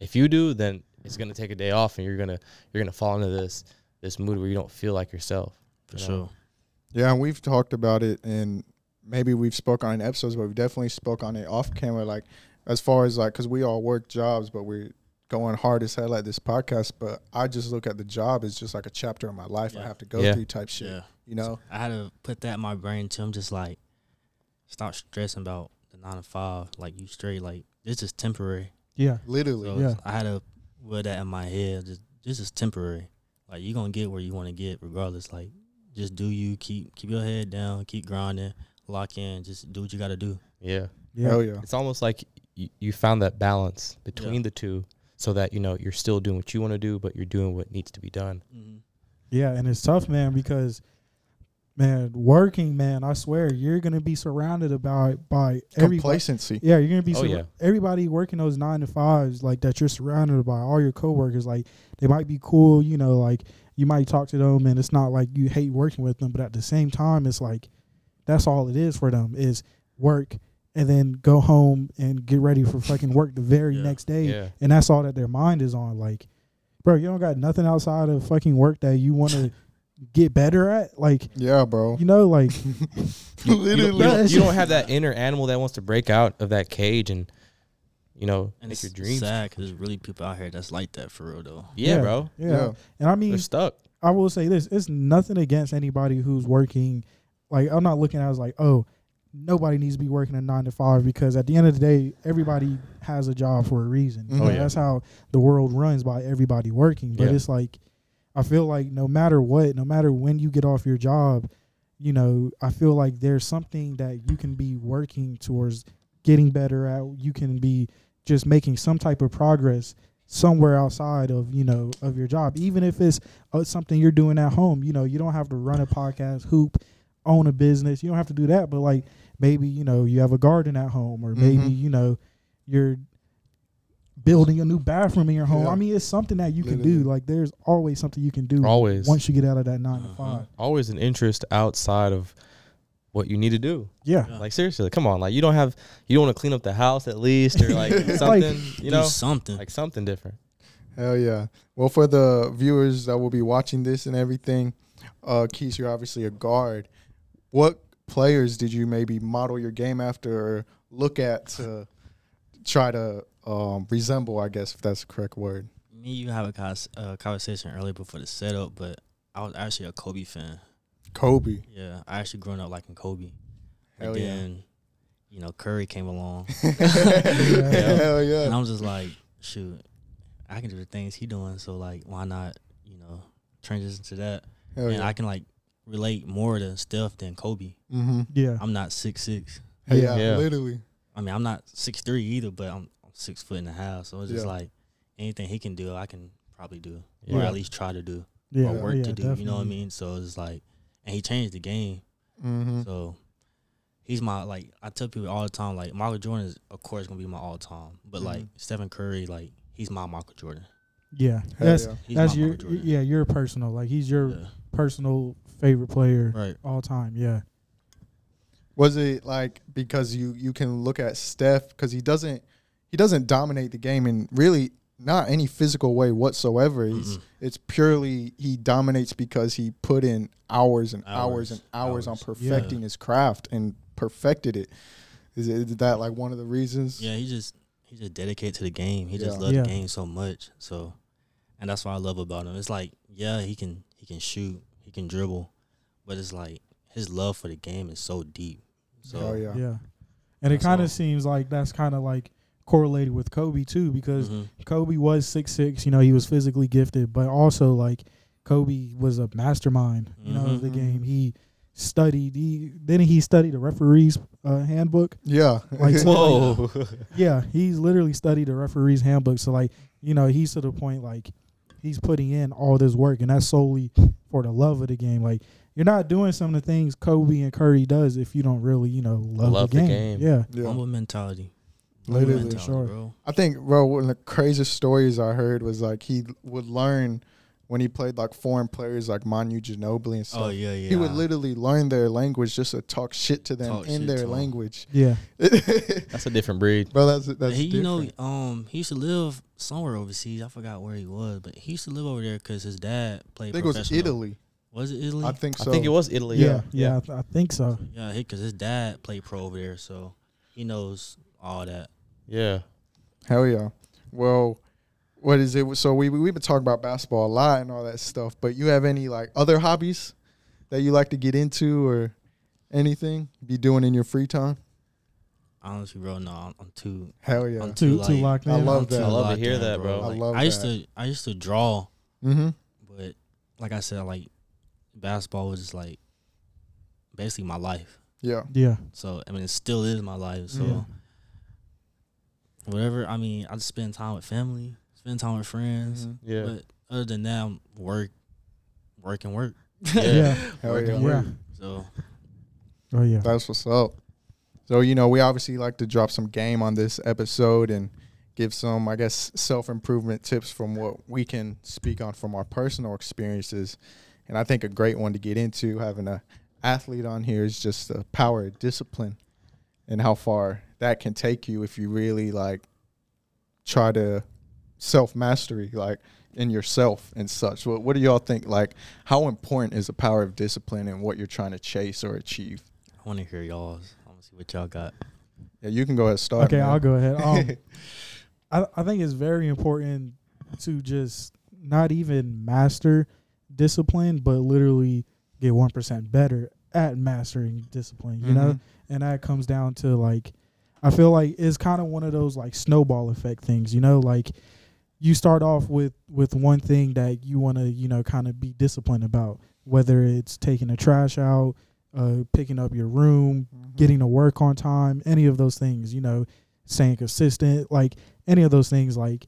[SPEAKER 1] If you do, then it's gonna take a day off, and you're gonna you're gonna fall into this this mood where you don't feel like yourself.
[SPEAKER 3] For
[SPEAKER 1] Yeah.
[SPEAKER 3] sure.
[SPEAKER 4] Yeah, and we've talked about it, and maybe we've spoke on it in episodes, but we have definitely spoke on it off camera. Like as far as like, because we all work jobs, but we're going hard as hell at this podcast. But I just look at the job as just like a chapter of my life I
[SPEAKER 3] Yeah.
[SPEAKER 4] have to go
[SPEAKER 1] Yeah.
[SPEAKER 4] through type shit.
[SPEAKER 3] Yeah.
[SPEAKER 4] You know?
[SPEAKER 3] I had to put that in my brain too. I'm just like, stop stressing about the nine to five. Like you straight. Like this is temporary.
[SPEAKER 2] Yeah.
[SPEAKER 4] Literally.
[SPEAKER 3] So
[SPEAKER 2] Yeah.
[SPEAKER 3] I had to wear that in my head. Just, this is temporary. Like you're gonna get where you want to get, regardless. Like just do you keep keep your head down, keep grinding, lock in, just do what you gotta do.
[SPEAKER 1] Yeah,
[SPEAKER 2] Yeah.
[SPEAKER 4] Hell yeah.
[SPEAKER 1] it's almost like you, you found that balance between the two, so that you know you're still doing what you want to do, but you're doing what needs to be done.
[SPEAKER 2] Yeah, and it's tough, man, because man, working, man, I swear you're gonna be surrounded by by everybody.
[SPEAKER 4] Complacency.
[SPEAKER 2] Yeah, you're gonna be
[SPEAKER 1] Oh,
[SPEAKER 2] surra-
[SPEAKER 1] yeah.
[SPEAKER 2] everybody working those nine to fives like that. You're surrounded by all your coworkers. Like they might be cool, you know. Like you might talk to them, and it's not like you hate working with them, but at the same time, it's like that's all it is for them is work, and then go home and get ready for fucking work the very
[SPEAKER 3] Yeah.
[SPEAKER 2] next day
[SPEAKER 1] Yeah,
[SPEAKER 2] and that's all that their mind is on. Like, bro, you don't got nothing outside of fucking work that you want to get better at. Like,
[SPEAKER 4] Yeah, bro.
[SPEAKER 2] you know, like
[SPEAKER 1] you don't, you
[SPEAKER 4] Literally.
[SPEAKER 2] Yeah,
[SPEAKER 1] don't,
[SPEAKER 2] it's
[SPEAKER 1] you don't
[SPEAKER 2] just-
[SPEAKER 1] have that inner animal that wants to break out of that cage and you know
[SPEAKER 3] And
[SPEAKER 1] make
[SPEAKER 3] it's
[SPEAKER 1] your dreams.
[SPEAKER 3] sad because there's really people out here that's like that for real though.
[SPEAKER 1] Yeah,
[SPEAKER 2] Yeah.
[SPEAKER 1] bro,
[SPEAKER 2] yeah.
[SPEAKER 4] Yeah.
[SPEAKER 2] And I
[SPEAKER 1] they're
[SPEAKER 2] mean,
[SPEAKER 1] stuck.
[SPEAKER 2] I will say this: it's nothing against anybody who's working. Like, I'm not looking at it as like, oh, nobody needs to be working a nine to five because at the end of the day, everybody has a job for a reason.
[SPEAKER 4] Mhm.
[SPEAKER 1] Oh,
[SPEAKER 2] Like,
[SPEAKER 1] yeah.
[SPEAKER 2] That's how the world runs by everybody working. But
[SPEAKER 1] Yeah.
[SPEAKER 2] it's like, I feel like no matter what, no matter when you get off your job, you know, I feel like there's something that you can be working towards getting better at. You can be just making some type of progress somewhere outside of, you know, of your job. Even if it's uh, something you're doing at home, you know, you don't have to run a podcast, hoop, own a business. You don't have to do that, but like maybe, you know, you have a garden at home or maybe,
[SPEAKER 4] Mhm.
[SPEAKER 2] you know, you're building a new bathroom in your home.
[SPEAKER 4] Yeah.
[SPEAKER 2] I mean, it's something that you can do.
[SPEAKER 4] Literally.
[SPEAKER 2] Like there's always something you can do
[SPEAKER 1] Always,
[SPEAKER 2] once you get out of that 9 to
[SPEAKER 3] Uh-huh.
[SPEAKER 2] five.
[SPEAKER 1] always an interest outside of what you need to do.
[SPEAKER 2] Yeah.
[SPEAKER 3] Yeah.
[SPEAKER 1] Like seriously, like, come on, like you don't have you don't want to clean up the house at least or like
[SPEAKER 4] Like-
[SPEAKER 1] something, you know,
[SPEAKER 3] do something.
[SPEAKER 1] like something different.
[SPEAKER 4] Hell yeah. Well, for the viewers that will be watching this and everything, uh, Keith, you're obviously a guard. What players did you maybe model your game after or look at to try to um, resemble, I guess, if that's the correct word?
[SPEAKER 3] Me, and you have a cons- uh, conversation earlier before the setup, but I was actually a Kobe fan.
[SPEAKER 4] Kobe.
[SPEAKER 3] Yeah, I actually grown up liking Kobe. And
[SPEAKER 4] Hell yeah.
[SPEAKER 3] then, you know, Curry came along.
[SPEAKER 4] Hell
[SPEAKER 3] And
[SPEAKER 4] yeah.
[SPEAKER 3] I was just like, shoot, I can do the things he doing, so like, why not, you know, transition to that?
[SPEAKER 4] Hell
[SPEAKER 3] and
[SPEAKER 4] yeah.
[SPEAKER 3] I can like relate more to Steph than Kobe.
[SPEAKER 4] Mm-hmm.
[SPEAKER 2] Yeah.
[SPEAKER 3] I'm not six six.
[SPEAKER 4] Yeah,
[SPEAKER 1] Yeah.
[SPEAKER 4] literally.
[SPEAKER 3] I mean, I'm not six three either, but I'm, I'm six foot and a half. So it's just
[SPEAKER 4] Yeah.
[SPEAKER 3] like anything he can do, I can probably do, or
[SPEAKER 1] Yeah.
[SPEAKER 3] at least try to do,
[SPEAKER 2] Yeah.
[SPEAKER 3] or work
[SPEAKER 2] yeah,
[SPEAKER 3] to do. You know what I
[SPEAKER 2] definitely.
[SPEAKER 3] mean? So it's like, and he changed the game.
[SPEAKER 4] Mm-hmm.
[SPEAKER 3] So he's my like I tell people all the time like Michael Jordan is of course gonna be my all time, but like
[SPEAKER 4] Mhm.
[SPEAKER 3] Stephen Curry like he's my Michael Jordan.
[SPEAKER 2] Yeah.
[SPEAKER 4] Hell
[SPEAKER 2] That's
[SPEAKER 4] yeah.
[SPEAKER 3] He's
[SPEAKER 2] that's
[SPEAKER 3] my
[SPEAKER 2] your
[SPEAKER 3] Michael Jordan.
[SPEAKER 2] yeah, your personal. Like he's your
[SPEAKER 3] Yeah.
[SPEAKER 2] personal favorite player
[SPEAKER 3] Right.
[SPEAKER 2] all time. Yeah.
[SPEAKER 4] Was it like because you you can look at Steph because he doesn't he doesn't dominate the game in really not any physical way whatsoever. He's,
[SPEAKER 3] Mm-mm.
[SPEAKER 4] it's purely he dominates because he put in hours and hours,
[SPEAKER 3] Hours,
[SPEAKER 4] and hours, on
[SPEAKER 3] hours.
[SPEAKER 4] perfecting his craft and perfected it. Is, it. is that like one of the reasons?
[SPEAKER 3] Yeah, he just he just dedicated to the game. He just
[SPEAKER 4] Yeah.
[SPEAKER 3] loved
[SPEAKER 2] Yeah.
[SPEAKER 3] the game so much. So and that's what I love about him. It's like, yeah, he can he can shoot, he can dribble, but it's like his love for the game is so deep. So
[SPEAKER 4] oh yeah.
[SPEAKER 2] Yeah. And it
[SPEAKER 3] That's
[SPEAKER 2] kind
[SPEAKER 3] all.
[SPEAKER 2] of seems like that's kind of like correlated with Kobe too, because
[SPEAKER 3] Mhm.
[SPEAKER 2] Kobe was six six. You know, he was physically gifted, but also like Kobe was a mastermind. You know, of the
[SPEAKER 4] Mhm.
[SPEAKER 3] Mm-hmm.
[SPEAKER 2] game. He studied. He then he studied the referee's uh, handbook.
[SPEAKER 4] Yeah.
[SPEAKER 2] Like,
[SPEAKER 1] Whoa.
[SPEAKER 2] Yeah, he's literally studied the referee's handbook. So like, you know, he's to the point like he's putting in all this work, and that's solely for the love of the game. Like. You're not doing some of the things Kobe and Curry does if you don't really, you know, love,
[SPEAKER 1] Love the
[SPEAKER 2] the, game.
[SPEAKER 1] game.
[SPEAKER 2] Yeah.
[SPEAKER 4] yeah.
[SPEAKER 3] humble mentality. Humble
[SPEAKER 4] Literally.
[SPEAKER 3] mentality,
[SPEAKER 2] Sure.
[SPEAKER 3] bro.
[SPEAKER 4] I think, bro, one of the craziest stories I heard was like he would learn when he played like foreign players like Manu Ginobili and stuff.
[SPEAKER 3] oh yeah, yeah.
[SPEAKER 4] He would literally learn their language just to talk shit to them
[SPEAKER 3] Talk
[SPEAKER 4] in
[SPEAKER 3] shit
[SPEAKER 4] their
[SPEAKER 3] to 'em.
[SPEAKER 4] language.
[SPEAKER 2] Yeah.
[SPEAKER 4] bro,
[SPEAKER 1] That's a different breed.
[SPEAKER 4] that's that's
[SPEAKER 3] he, you know,
[SPEAKER 4] different.
[SPEAKER 3] um, he used to live somewhere overseas. I forgot where he was, but he used to live over there because his dad
[SPEAKER 4] I
[SPEAKER 3] played.
[SPEAKER 4] think it was
[SPEAKER 3] professional-
[SPEAKER 4] Italy.
[SPEAKER 3] Was it Italy?
[SPEAKER 4] I think so.
[SPEAKER 1] I think it was Italy.
[SPEAKER 2] Yeah. Yeah. I, th- I think so.
[SPEAKER 3] Yeah, because his dad played pro over there, so he knows all that.
[SPEAKER 1] Yeah.
[SPEAKER 4] Hell yeah. Well, what is it? So we we- we've been talking about basketball a lot and all that stuff. But you have any like other hobbies that you like to get into or anything you be doing in your free time?
[SPEAKER 3] Honestly, bro, no, I'm, I'm too.
[SPEAKER 4] Hell
[SPEAKER 3] I'm
[SPEAKER 4] yeah.
[SPEAKER 2] Too
[SPEAKER 3] too,
[SPEAKER 2] too
[SPEAKER 3] like,
[SPEAKER 2] locked in.
[SPEAKER 4] I love
[SPEAKER 3] I'm too
[SPEAKER 4] that. I
[SPEAKER 1] love to
[SPEAKER 3] locked
[SPEAKER 1] hear
[SPEAKER 3] in,
[SPEAKER 1] that, bro.
[SPEAKER 4] I
[SPEAKER 3] Like,
[SPEAKER 4] love
[SPEAKER 3] I used
[SPEAKER 4] that.
[SPEAKER 3] to, I used to draw,
[SPEAKER 4] Mm-hmm.
[SPEAKER 3] but like I said, like basketball was just like basically my life.
[SPEAKER 4] Yeah.
[SPEAKER 2] Yeah.
[SPEAKER 3] So I mean, it still is my life. So
[SPEAKER 4] Mm.
[SPEAKER 2] Yeah.
[SPEAKER 3] whatever. I mean, I just spend time with family, spend time with friends.
[SPEAKER 4] Mhm.
[SPEAKER 1] Yeah.
[SPEAKER 3] But other than that, I'm work, work and work.
[SPEAKER 1] Yeah.
[SPEAKER 2] Yeah.
[SPEAKER 4] Hell
[SPEAKER 3] Work
[SPEAKER 4] yeah.
[SPEAKER 3] and
[SPEAKER 2] Yeah.
[SPEAKER 3] work. So
[SPEAKER 2] Oh yeah.
[SPEAKER 4] That's what's up. So, you know, we obviously like to drop some game on this episode and give some, I guess, self improvement tips from what we can speak on from our personal experiences. And I think a great one to get into having a athlete on here is just the power of discipline and how far that can take you if you really like try to self mastery, like in yourself and such. What, what do y'all think? Like, how important is the power of discipline and what you're trying to chase or achieve?
[SPEAKER 3] I want to hear y'all's. I want to see what y'all got.
[SPEAKER 4] Yeah, you can go ahead and start.
[SPEAKER 2] Okay,
[SPEAKER 4] man.
[SPEAKER 2] I'll go ahead. Um, I I think it's very important to just not even master discipline, but literally get one percent better at mastering discipline. You know,
[SPEAKER 4] Mhm.
[SPEAKER 2] and that comes down to like, I feel like it's kind of one of those like snowball effect things. You know, like you start off with with one thing that you want to you know kind of be disciplined about, whether it's taking the trash out, uh, picking up your room,
[SPEAKER 1] Mm-hmm.
[SPEAKER 4] Mm-hmm.
[SPEAKER 2] getting to work on time, any of those things, you know, staying consistent, like any of those things, like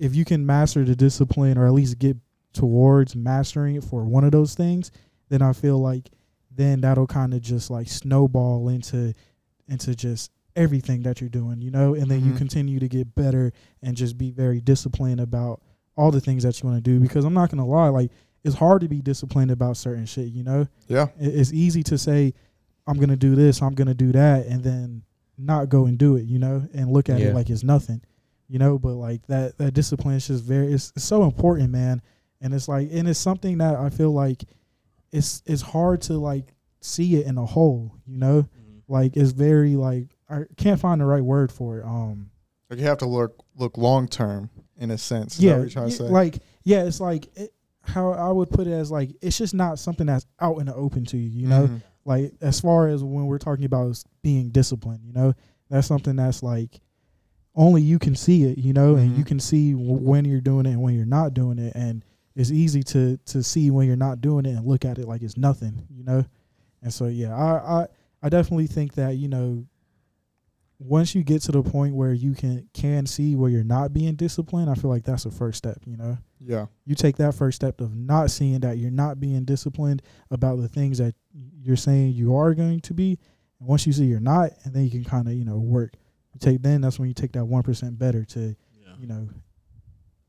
[SPEAKER 2] if you can master the discipline or at least get towards mastering it for one of those things, then I feel like then that'll kind of just like snowball into into just everything that you're doing, you know, and then you
[SPEAKER 4] Mhm.
[SPEAKER 2] continue to get better and just be very disciplined about all the things that you want to do because I'm not going to lie, like it's hard to be disciplined about certain shit, you know?
[SPEAKER 4] Yeah,
[SPEAKER 2] It- it's easy to say i'm gonna do this i'm gonna do that and then not go and do it you know and look at
[SPEAKER 1] Yeah.
[SPEAKER 2] it like it's nothing you know but like that that discipline is just very it's, it's so important man and it's like and it's something that i feel like it's it's hard to like see it in a whole you know like it's very like i can't find the right word for it um
[SPEAKER 4] like you have to look look long term in a sense. Is that
[SPEAKER 2] yeah,
[SPEAKER 4] what you're trying to
[SPEAKER 2] yeah,
[SPEAKER 4] say?
[SPEAKER 2] like yeah, it's like it, how I would put it as like it's just not something that's out in the open to you, you know.
[SPEAKER 4] Mhm.
[SPEAKER 2] Like as far as when we're talking about is being disciplined, you know, that's something that's like only you can see it, you know, and you
[SPEAKER 4] Mhm.
[SPEAKER 2] can see w- when you're doing it and when you're not doing it, and it's easy to to see when you're not doing it and look at it like it's nothing, you know. And so yeah, I I, I definitely think that you know once you get to the point where you can can see where you're not being disciplined, I feel like that's the first step, you know.
[SPEAKER 4] yeah,
[SPEAKER 2] You take that first step of not seeing that you're not being disciplined about the things that you're saying you are going to be. And once you see you're not, and then you can kind of, you know, work. You take then that's when you take that 1% better to,
[SPEAKER 3] Yeah.
[SPEAKER 2] you know,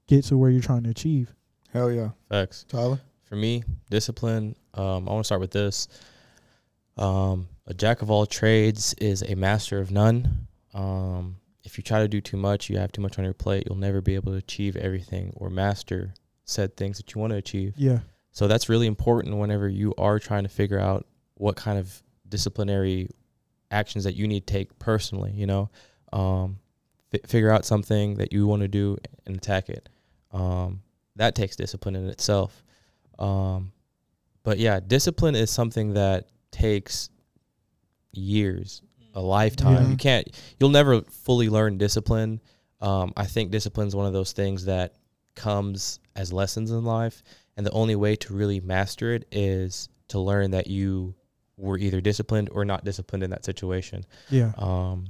[SPEAKER 2] get to where you're trying to achieve.
[SPEAKER 4] hell yeah,
[SPEAKER 1] Facts.
[SPEAKER 4] Tyler.
[SPEAKER 1] For me, discipline. Um, I want to start with this. Um, a jack of all trades is a master of none. Um, if you try to do too much, you have too much on your plate. You'll never be able to achieve everything or master said things that you want to achieve.
[SPEAKER 2] Yeah.
[SPEAKER 1] So that's really important whenever you are trying to figure out what kind of disciplinary actions that you need to take personally, you know, um, fi figure out something that you want to do and attack it. Um, that takes discipline in itself. Um, But yeah, discipline is something that takes years, a lifetime.
[SPEAKER 2] Yeah.
[SPEAKER 1] You can't, you'll never fully learn discipline. Um, I think discipline is one of those things that comes as lessons in life. And the only way to really master it is to learn that you were either disciplined or not disciplined in that situation.
[SPEAKER 2] Yeah.
[SPEAKER 1] Um,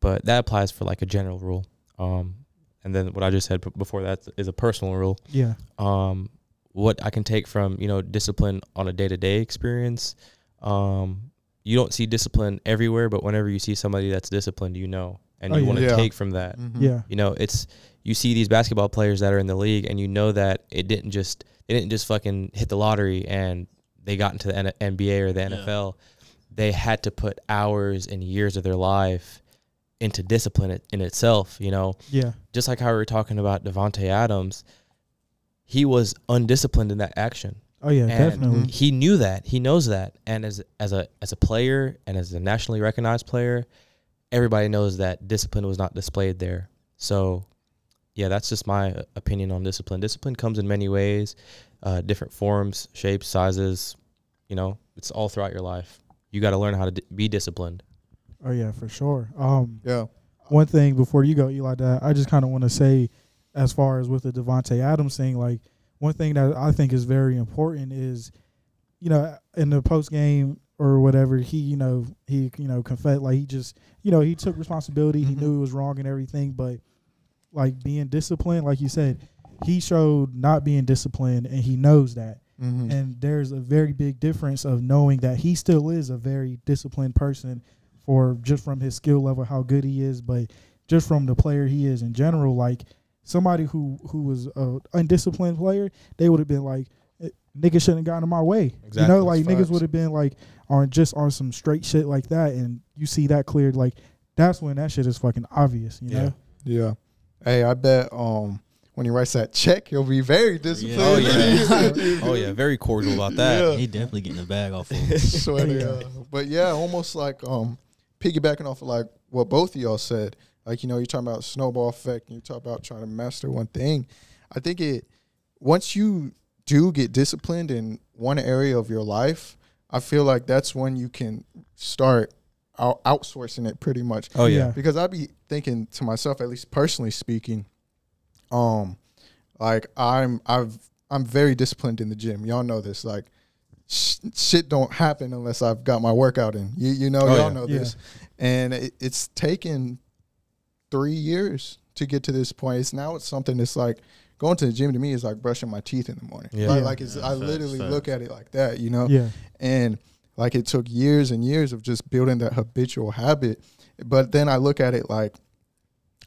[SPEAKER 1] but that applies for like a general rule. Um, and then what I just said b- before that is a personal rule
[SPEAKER 2] Yeah.
[SPEAKER 1] um, what I can take from you know discipline on a day to day experience. Um, you don't see discipline everywhere, but whenever you see somebody that's disciplined, you know, and
[SPEAKER 2] Oh,
[SPEAKER 1] you
[SPEAKER 2] yeah.
[SPEAKER 1] want to
[SPEAKER 4] Yeah.
[SPEAKER 1] take from that.
[SPEAKER 4] Mm-hmm.
[SPEAKER 2] Yeah.
[SPEAKER 1] You know, it's you see these basketball players that are in the league, and you know that it didn't just they didn't just fucking hit the lottery and they got into the N- NBA or the
[SPEAKER 3] Yeah.
[SPEAKER 1] NFL. They had to put hours and years of their life into discipline it- in itself. You know,
[SPEAKER 2] Yeah.
[SPEAKER 1] just like how we were talking about Devonte Adams, he was undisciplined in that action.
[SPEAKER 2] Oh yeah,
[SPEAKER 1] And-
[SPEAKER 2] definitely.
[SPEAKER 1] He knew that. He knows that. And as as a as a player and as a nationally recognized player, everybody knows that discipline was not displayed there. So, yeah, that's just my uh, opinion on discipline. Discipline comes in many ways, uh, different forms, shapes, sizes. You know, it's all throughout your life. You got to learn how to d- be disciplined.
[SPEAKER 2] Oh yeah, for sure. Um
[SPEAKER 4] Yeah.
[SPEAKER 2] one thing before you go, Eli, that I just kind of want to say, as far as with the Devonte Adams thing, like one thing that I think is very important is, you know, in the post game or whatever, he, you know, he, you know, confessed, like he just, you know, he took responsibility. He
[SPEAKER 4] Mhm.
[SPEAKER 2] knew it was wrong and everything, but like being disciplined, like you said, he showed not being disciplined, and he knows that.
[SPEAKER 1] Mm.
[SPEAKER 4] Mm-hmm.
[SPEAKER 2] And there's a very big difference of knowing that he still is a very disciplined person for just from his skill level, how good he is, but just from the player he is in general. Like somebody who who was a undisciplined player, they would have been like, "Eh, "Niggas shouldn't have gotten in my way." You
[SPEAKER 1] Exactly,
[SPEAKER 2] know, like
[SPEAKER 1] that's
[SPEAKER 2] niggas
[SPEAKER 1] facts.
[SPEAKER 2] would have been like on just on some straight shit like that, and you see that cleared. Like that's when that shit is fucking obvious. You
[SPEAKER 1] Yeah.
[SPEAKER 2] know?
[SPEAKER 4] Yeah. Hey, I bet um when he writes that check, he'll be very disciplined.
[SPEAKER 3] Oh,
[SPEAKER 1] yeah. Oh yeah, very cordial about that.
[SPEAKER 4] Yeah.
[SPEAKER 3] He definitely getting the bag off of him.
[SPEAKER 4] Sweater,
[SPEAKER 2] Yeah.
[SPEAKER 4] uh, But yeah, almost like um piggybacking off of like what both of y'all said. Like, you know, you're talking about snowball effect and you talk about trying to master one thing. I think it once you do get disciplined in one area of your life, I feel like that's when you can start out- outsourcing it pretty much
[SPEAKER 1] Oh yeah.
[SPEAKER 4] because I'd be thinking to myself, at least personally speaking, um, like I'm I've I'm very disciplined in the gym. Y'all know this. Like sh- shit don't happen unless I've got my workout in. You you know
[SPEAKER 1] Oh,
[SPEAKER 4] y'all
[SPEAKER 1] yeah.
[SPEAKER 4] know
[SPEAKER 2] Yeah.
[SPEAKER 4] this, and it, it's taken three years to get to this point. It's now it's something that's like going to the gym to me is like brushing my teeth in the morning.
[SPEAKER 1] Yeah.
[SPEAKER 4] Like,
[SPEAKER 2] Yeah.
[SPEAKER 4] like it's,
[SPEAKER 3] Yeah,
[SPEAKER 4] I
[SPEAKER 3] facts,
[SPEAKER 4] literally
[SPEAKER 3] facts.
[SPEAKER 4] look at it like that. You know
[SPEAKER 2] yeah,
[SPEAKER 4] and like it took years and years of just building that habitual habit but then i look at it like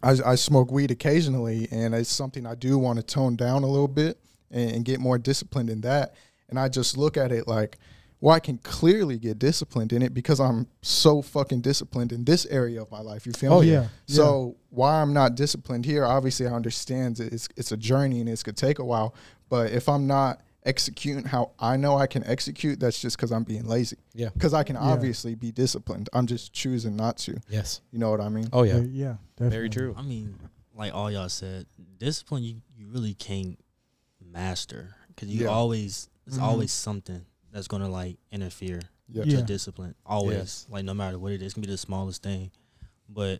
[SPEAKER 4] i, I smoke weed occasionally and it's something i do want to tone down a little bit and, and get more disciplined in that and i just look at it like well i can clearly get disciplined in it because i'm so fucking disciplined in this area of my life you feel
[SPEAKER 2] Oh,
[SPEAKER 4] me
[SPEAKER 2] yeah,
[SPEAKER 4] so why i'm not disciplined here obviously i understand that it's, it's a journey and it's going to take a while but if i'm not executing how i know i can execute that's just because i'm being lazy
[SPEAKER 1] Yeah.
[SPEAKER 4] because i can
[SPEAKER 2] Yeah.
[SPEAKER 4] obviously be disciplined i'm just choosing not to
[SPEAKER 1] Yes.
[SPEAKER 4] you know what i mean
[SPEAKER 1] Oh
[SPEAKER 2] yeah,
[SPEAKER 1] yeah.
[SPEAKER 2] yeah,
[SPEAKER 1] Very
[SPEAKER 2] definitely.
[SPEAKER 1] true.
[SPEAKER 3] I mean, like all y'all said, discipline you, you really can't master because you
[SPEAKER 4] Yeah.
[SPEAKER 3] always it's
[SPEAKER 4] Mhm.
[SPEAKER 3] always something that's gonna like interfere
[SPEAKER 4] yeah
[SPEAKER 2] Yeah.
[SPEAKER 3] to discipline. Always, like no matter what it is, it can be the smallest thing. But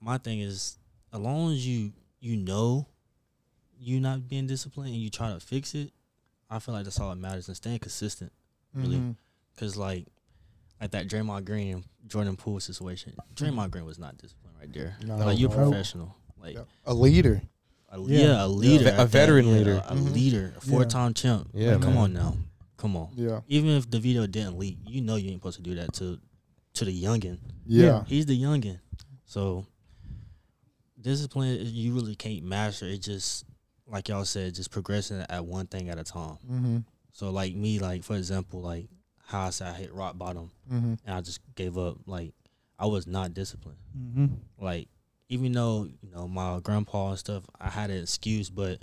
[SPEAKER 3] my thing is, as long as you you know you not being disciplined and you try to fix it, I feel like that's all that matters and staying consistent. Really?
[SPEAKER 4] Mhm.
[SPEAKER 3] Cause like like that Draymond Green and Jordan Poole situation, Draymond Green was not disciplined right there.
[SPEAKER 4] No,
[SPEAKER 3] like you a
[SPEAKER 4] no.
[SPEAKER 3] professional, like
[SPEAKER 4] Yeah. a leader
[SPEAKER 3] a,
[SPEAKER 2] Yeah.
[SPEAKER 3] yeah. a leader,
[SPEAKER 1] Ve- a
[SPEAKER 3] at that,
[SPEAKER 1] veteran
[SPEAKER 3] yeah,
[SPEAKER 1] leader.
[SPEAKER 3] a
[SPEAKER 4] Mhm.
[SPEAKER 3] leader, a four-time champ.
[SPEAKER 1] Yeah,
[SPEAKER 3] Like, come
[SPEAKER 1] man.
[SPEAKER 3] on now, come on.
[SPEAKER 4] yeah
[SPEAKER 3] Even if Devito didn't leak, you know you ain't supposed to do that to to the youngin.
[SPEAKER 4] yeah
[SPEAKER 3] He's the youngin, so discipline is- you really can't master. It just like y'all said, just progressing at one thing at a time.
[SPEAKER 4] mm-hmm.
[SPEAKER 3] So like me, like for example, like how I said I hit rock bottom
[SPEAKER 4] Mm-hmm.
[SPEAKER 3] and I just gave up. Like I was not disciplined.
[SPEAKER 2] Mm-hmm.
[SPEAKER 3] Like even though you know my grandpa and stuff, I had an excuse, but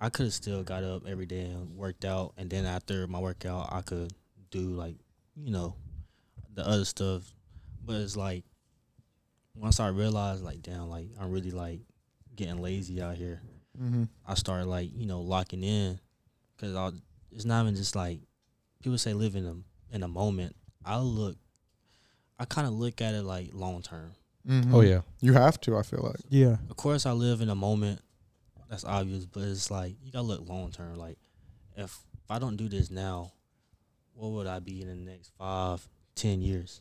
[SPEAKER 3] I could have still got up every day and worked out. And then after my workout, I could do like you know the other stuff. But it's like once I realized, like damn, like I'm really like getting lazy out here.
[SPEAKER 4] Mm-hmm.
[SPEAKER 3] I started like you know locking in because I it's not even just like people say live in a in a moment. I look, I kind of look at it like long term.
[SPEAKER 4] Mhm.
[SPEAKER 1] Oh yeah.
[SPEAKER 4] you have to. I feel like
[SPEAKER 2] Yeah.
[SPEAKER 3] Of course, I live in a moment. That's obvious, but it's like you gotta look long term. Like if, if I don't do this now, what would I be in the next five, ten years?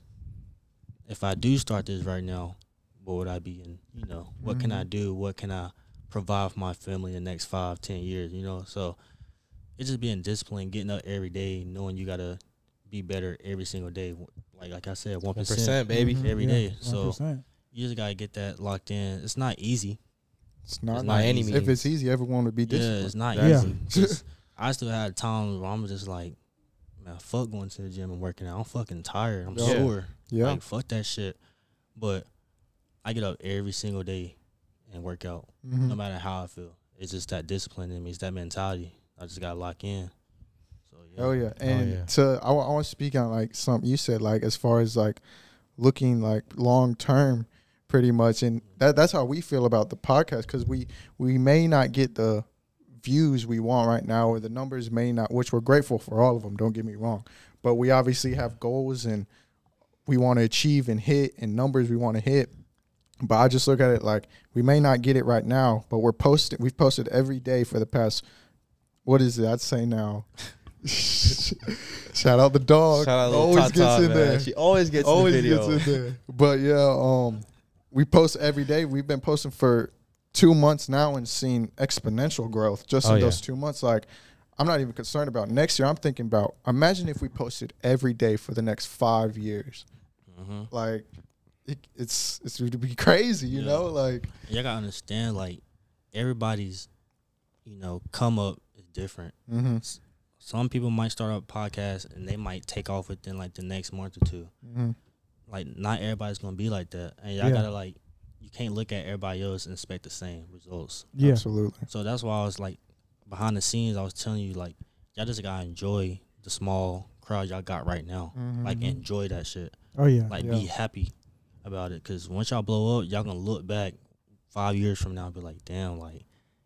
[SPEAKER 3] If I do start this right now, what would I be in? You know, what can I
[SPEAKER 1] Mm-hmm.
[SPEAKER 4] Mhm.
[SPEAKER 3] do? What can I provide for my family in the next five, ten years? You know, so it's just being disciplined, getting up every day, knowing you gotta be better every single day. Like like I said, one
[SPEAKER 1] One
[SPEAKER 3] percent.
[SPEAKER 1] percent, baby.
[SPEAKER 2] Mhm.
[SPEAKER 3] every day, so-
[SPEAKER 2] 100%.
[SPEAKER 3] You just gotta get that locked in. It's not easy.
[SPEAKER 4] it's not.
[SPEAKER 3] It's not any
[SPEAKER 4] easy. If
[SPEAKER 1] means.
[SPEAKER 4] it's easy, everyone would be
[SPEAKER 3] Yeah,
[SPEAKER 4] disciplined.
[SPEAKER 3] it's not
[SPEAKER 1] That's-
[SPEAKER 3] easy. Just- I still had times where I'm just like, man, fuck going to the gym and working out. I'm fucking tired. I'm
[SPEAKER 4] Yeah.
[SPEAKER 3] sore.
[SPEAKER 4] Yeah,
[SPEAKER 3] Like, fuck that shit. But I get up every single day and work out,
[SPEAKER 4] Mhm.
[SPEAKER 3] no matter how I feel. It's just that discipline in me. It's that mentality. I just got to lock in. So, yeah.
[SPEAKER 4] Oh yeah, and
[SPEAKER 1] yeah.
[SPEAKER 4] to I, want to speak on like something you said, like as far as like looking like long term, pretty much, and that that's how we feel about the podcast because we we may not get the views we want right now or the numbers may not, which we're grateful for all of them. Don't get me wrong, but we obviously have goals and we want to achieve and hit and numbers we want to hit. But I just look at it like we may not get it right now, but we're posting. We've posted every day for the past. What is it? I'd say now. Shout out the dog.
[SPEAKER 1] Shout out to
[SPEAKER 4] always
[SPEAKER 1] Tata,
[SPEAKER 4] gets in
[SPEAKER 1] man.
[SPEAKER 4] there.
[SPEAKER 1] She always gets
[SPEAKER 4] always
[SPEAKER 1] in the video.
[SPEAKER 4] gets in there. But yeah, um, we post every day. We've been posting for two months now and seen exponential growth just
[SPEAKER 1] Oh,
[SPEAKER 4] in
[SPEAKER 1] yeah.
[SPEAKER 4] those two months. Like, I'm not even concerned about next year. I'm thinking about imagine if we posted every day for the next five years.
[SPEAKER 3] hmm
[SPEAKER 4] Like, it, it's it's going to be crazy, you
[SPEAKER 3] Yeah.
[SPEAKER 4] know. Like,
[SPEAKER 3] You got to understand, like, everybody's, you know, come up is different.
[SPEAKER 4] mm-hmm,
[SPEAKER 3] Some people might start up podcasts and they might take off within, like, the next month or two.
[SPEAKER 4] mm-hmm.
[SPEAKER 3] like not everybody's gonna be like that, and y'all
[SPEAKER 2] Yeah.
[SPEAKER 3] gotta like you can't look at everybody else and expect the same results.
[SPEAKER 2] Yeah.
[SPEAKER 4] absolutely.
[SPEAKER 3] So that's why I was like behind the scenes, I was telling you like y'all just gotta enjoy the small crowd y'all got right now. Like
[SPEAKER 4] Mhm.
[SPEAKER 3] enjoy that shit.
[SPEAKER 2] Oh yeah.
[SPEAKER 3] Like
[SPEAKER 4] Yeah.
[SPEAKER 3] be happy about it, cause once y'all blow up, y'all gonna look back five years from now and be like, damn, like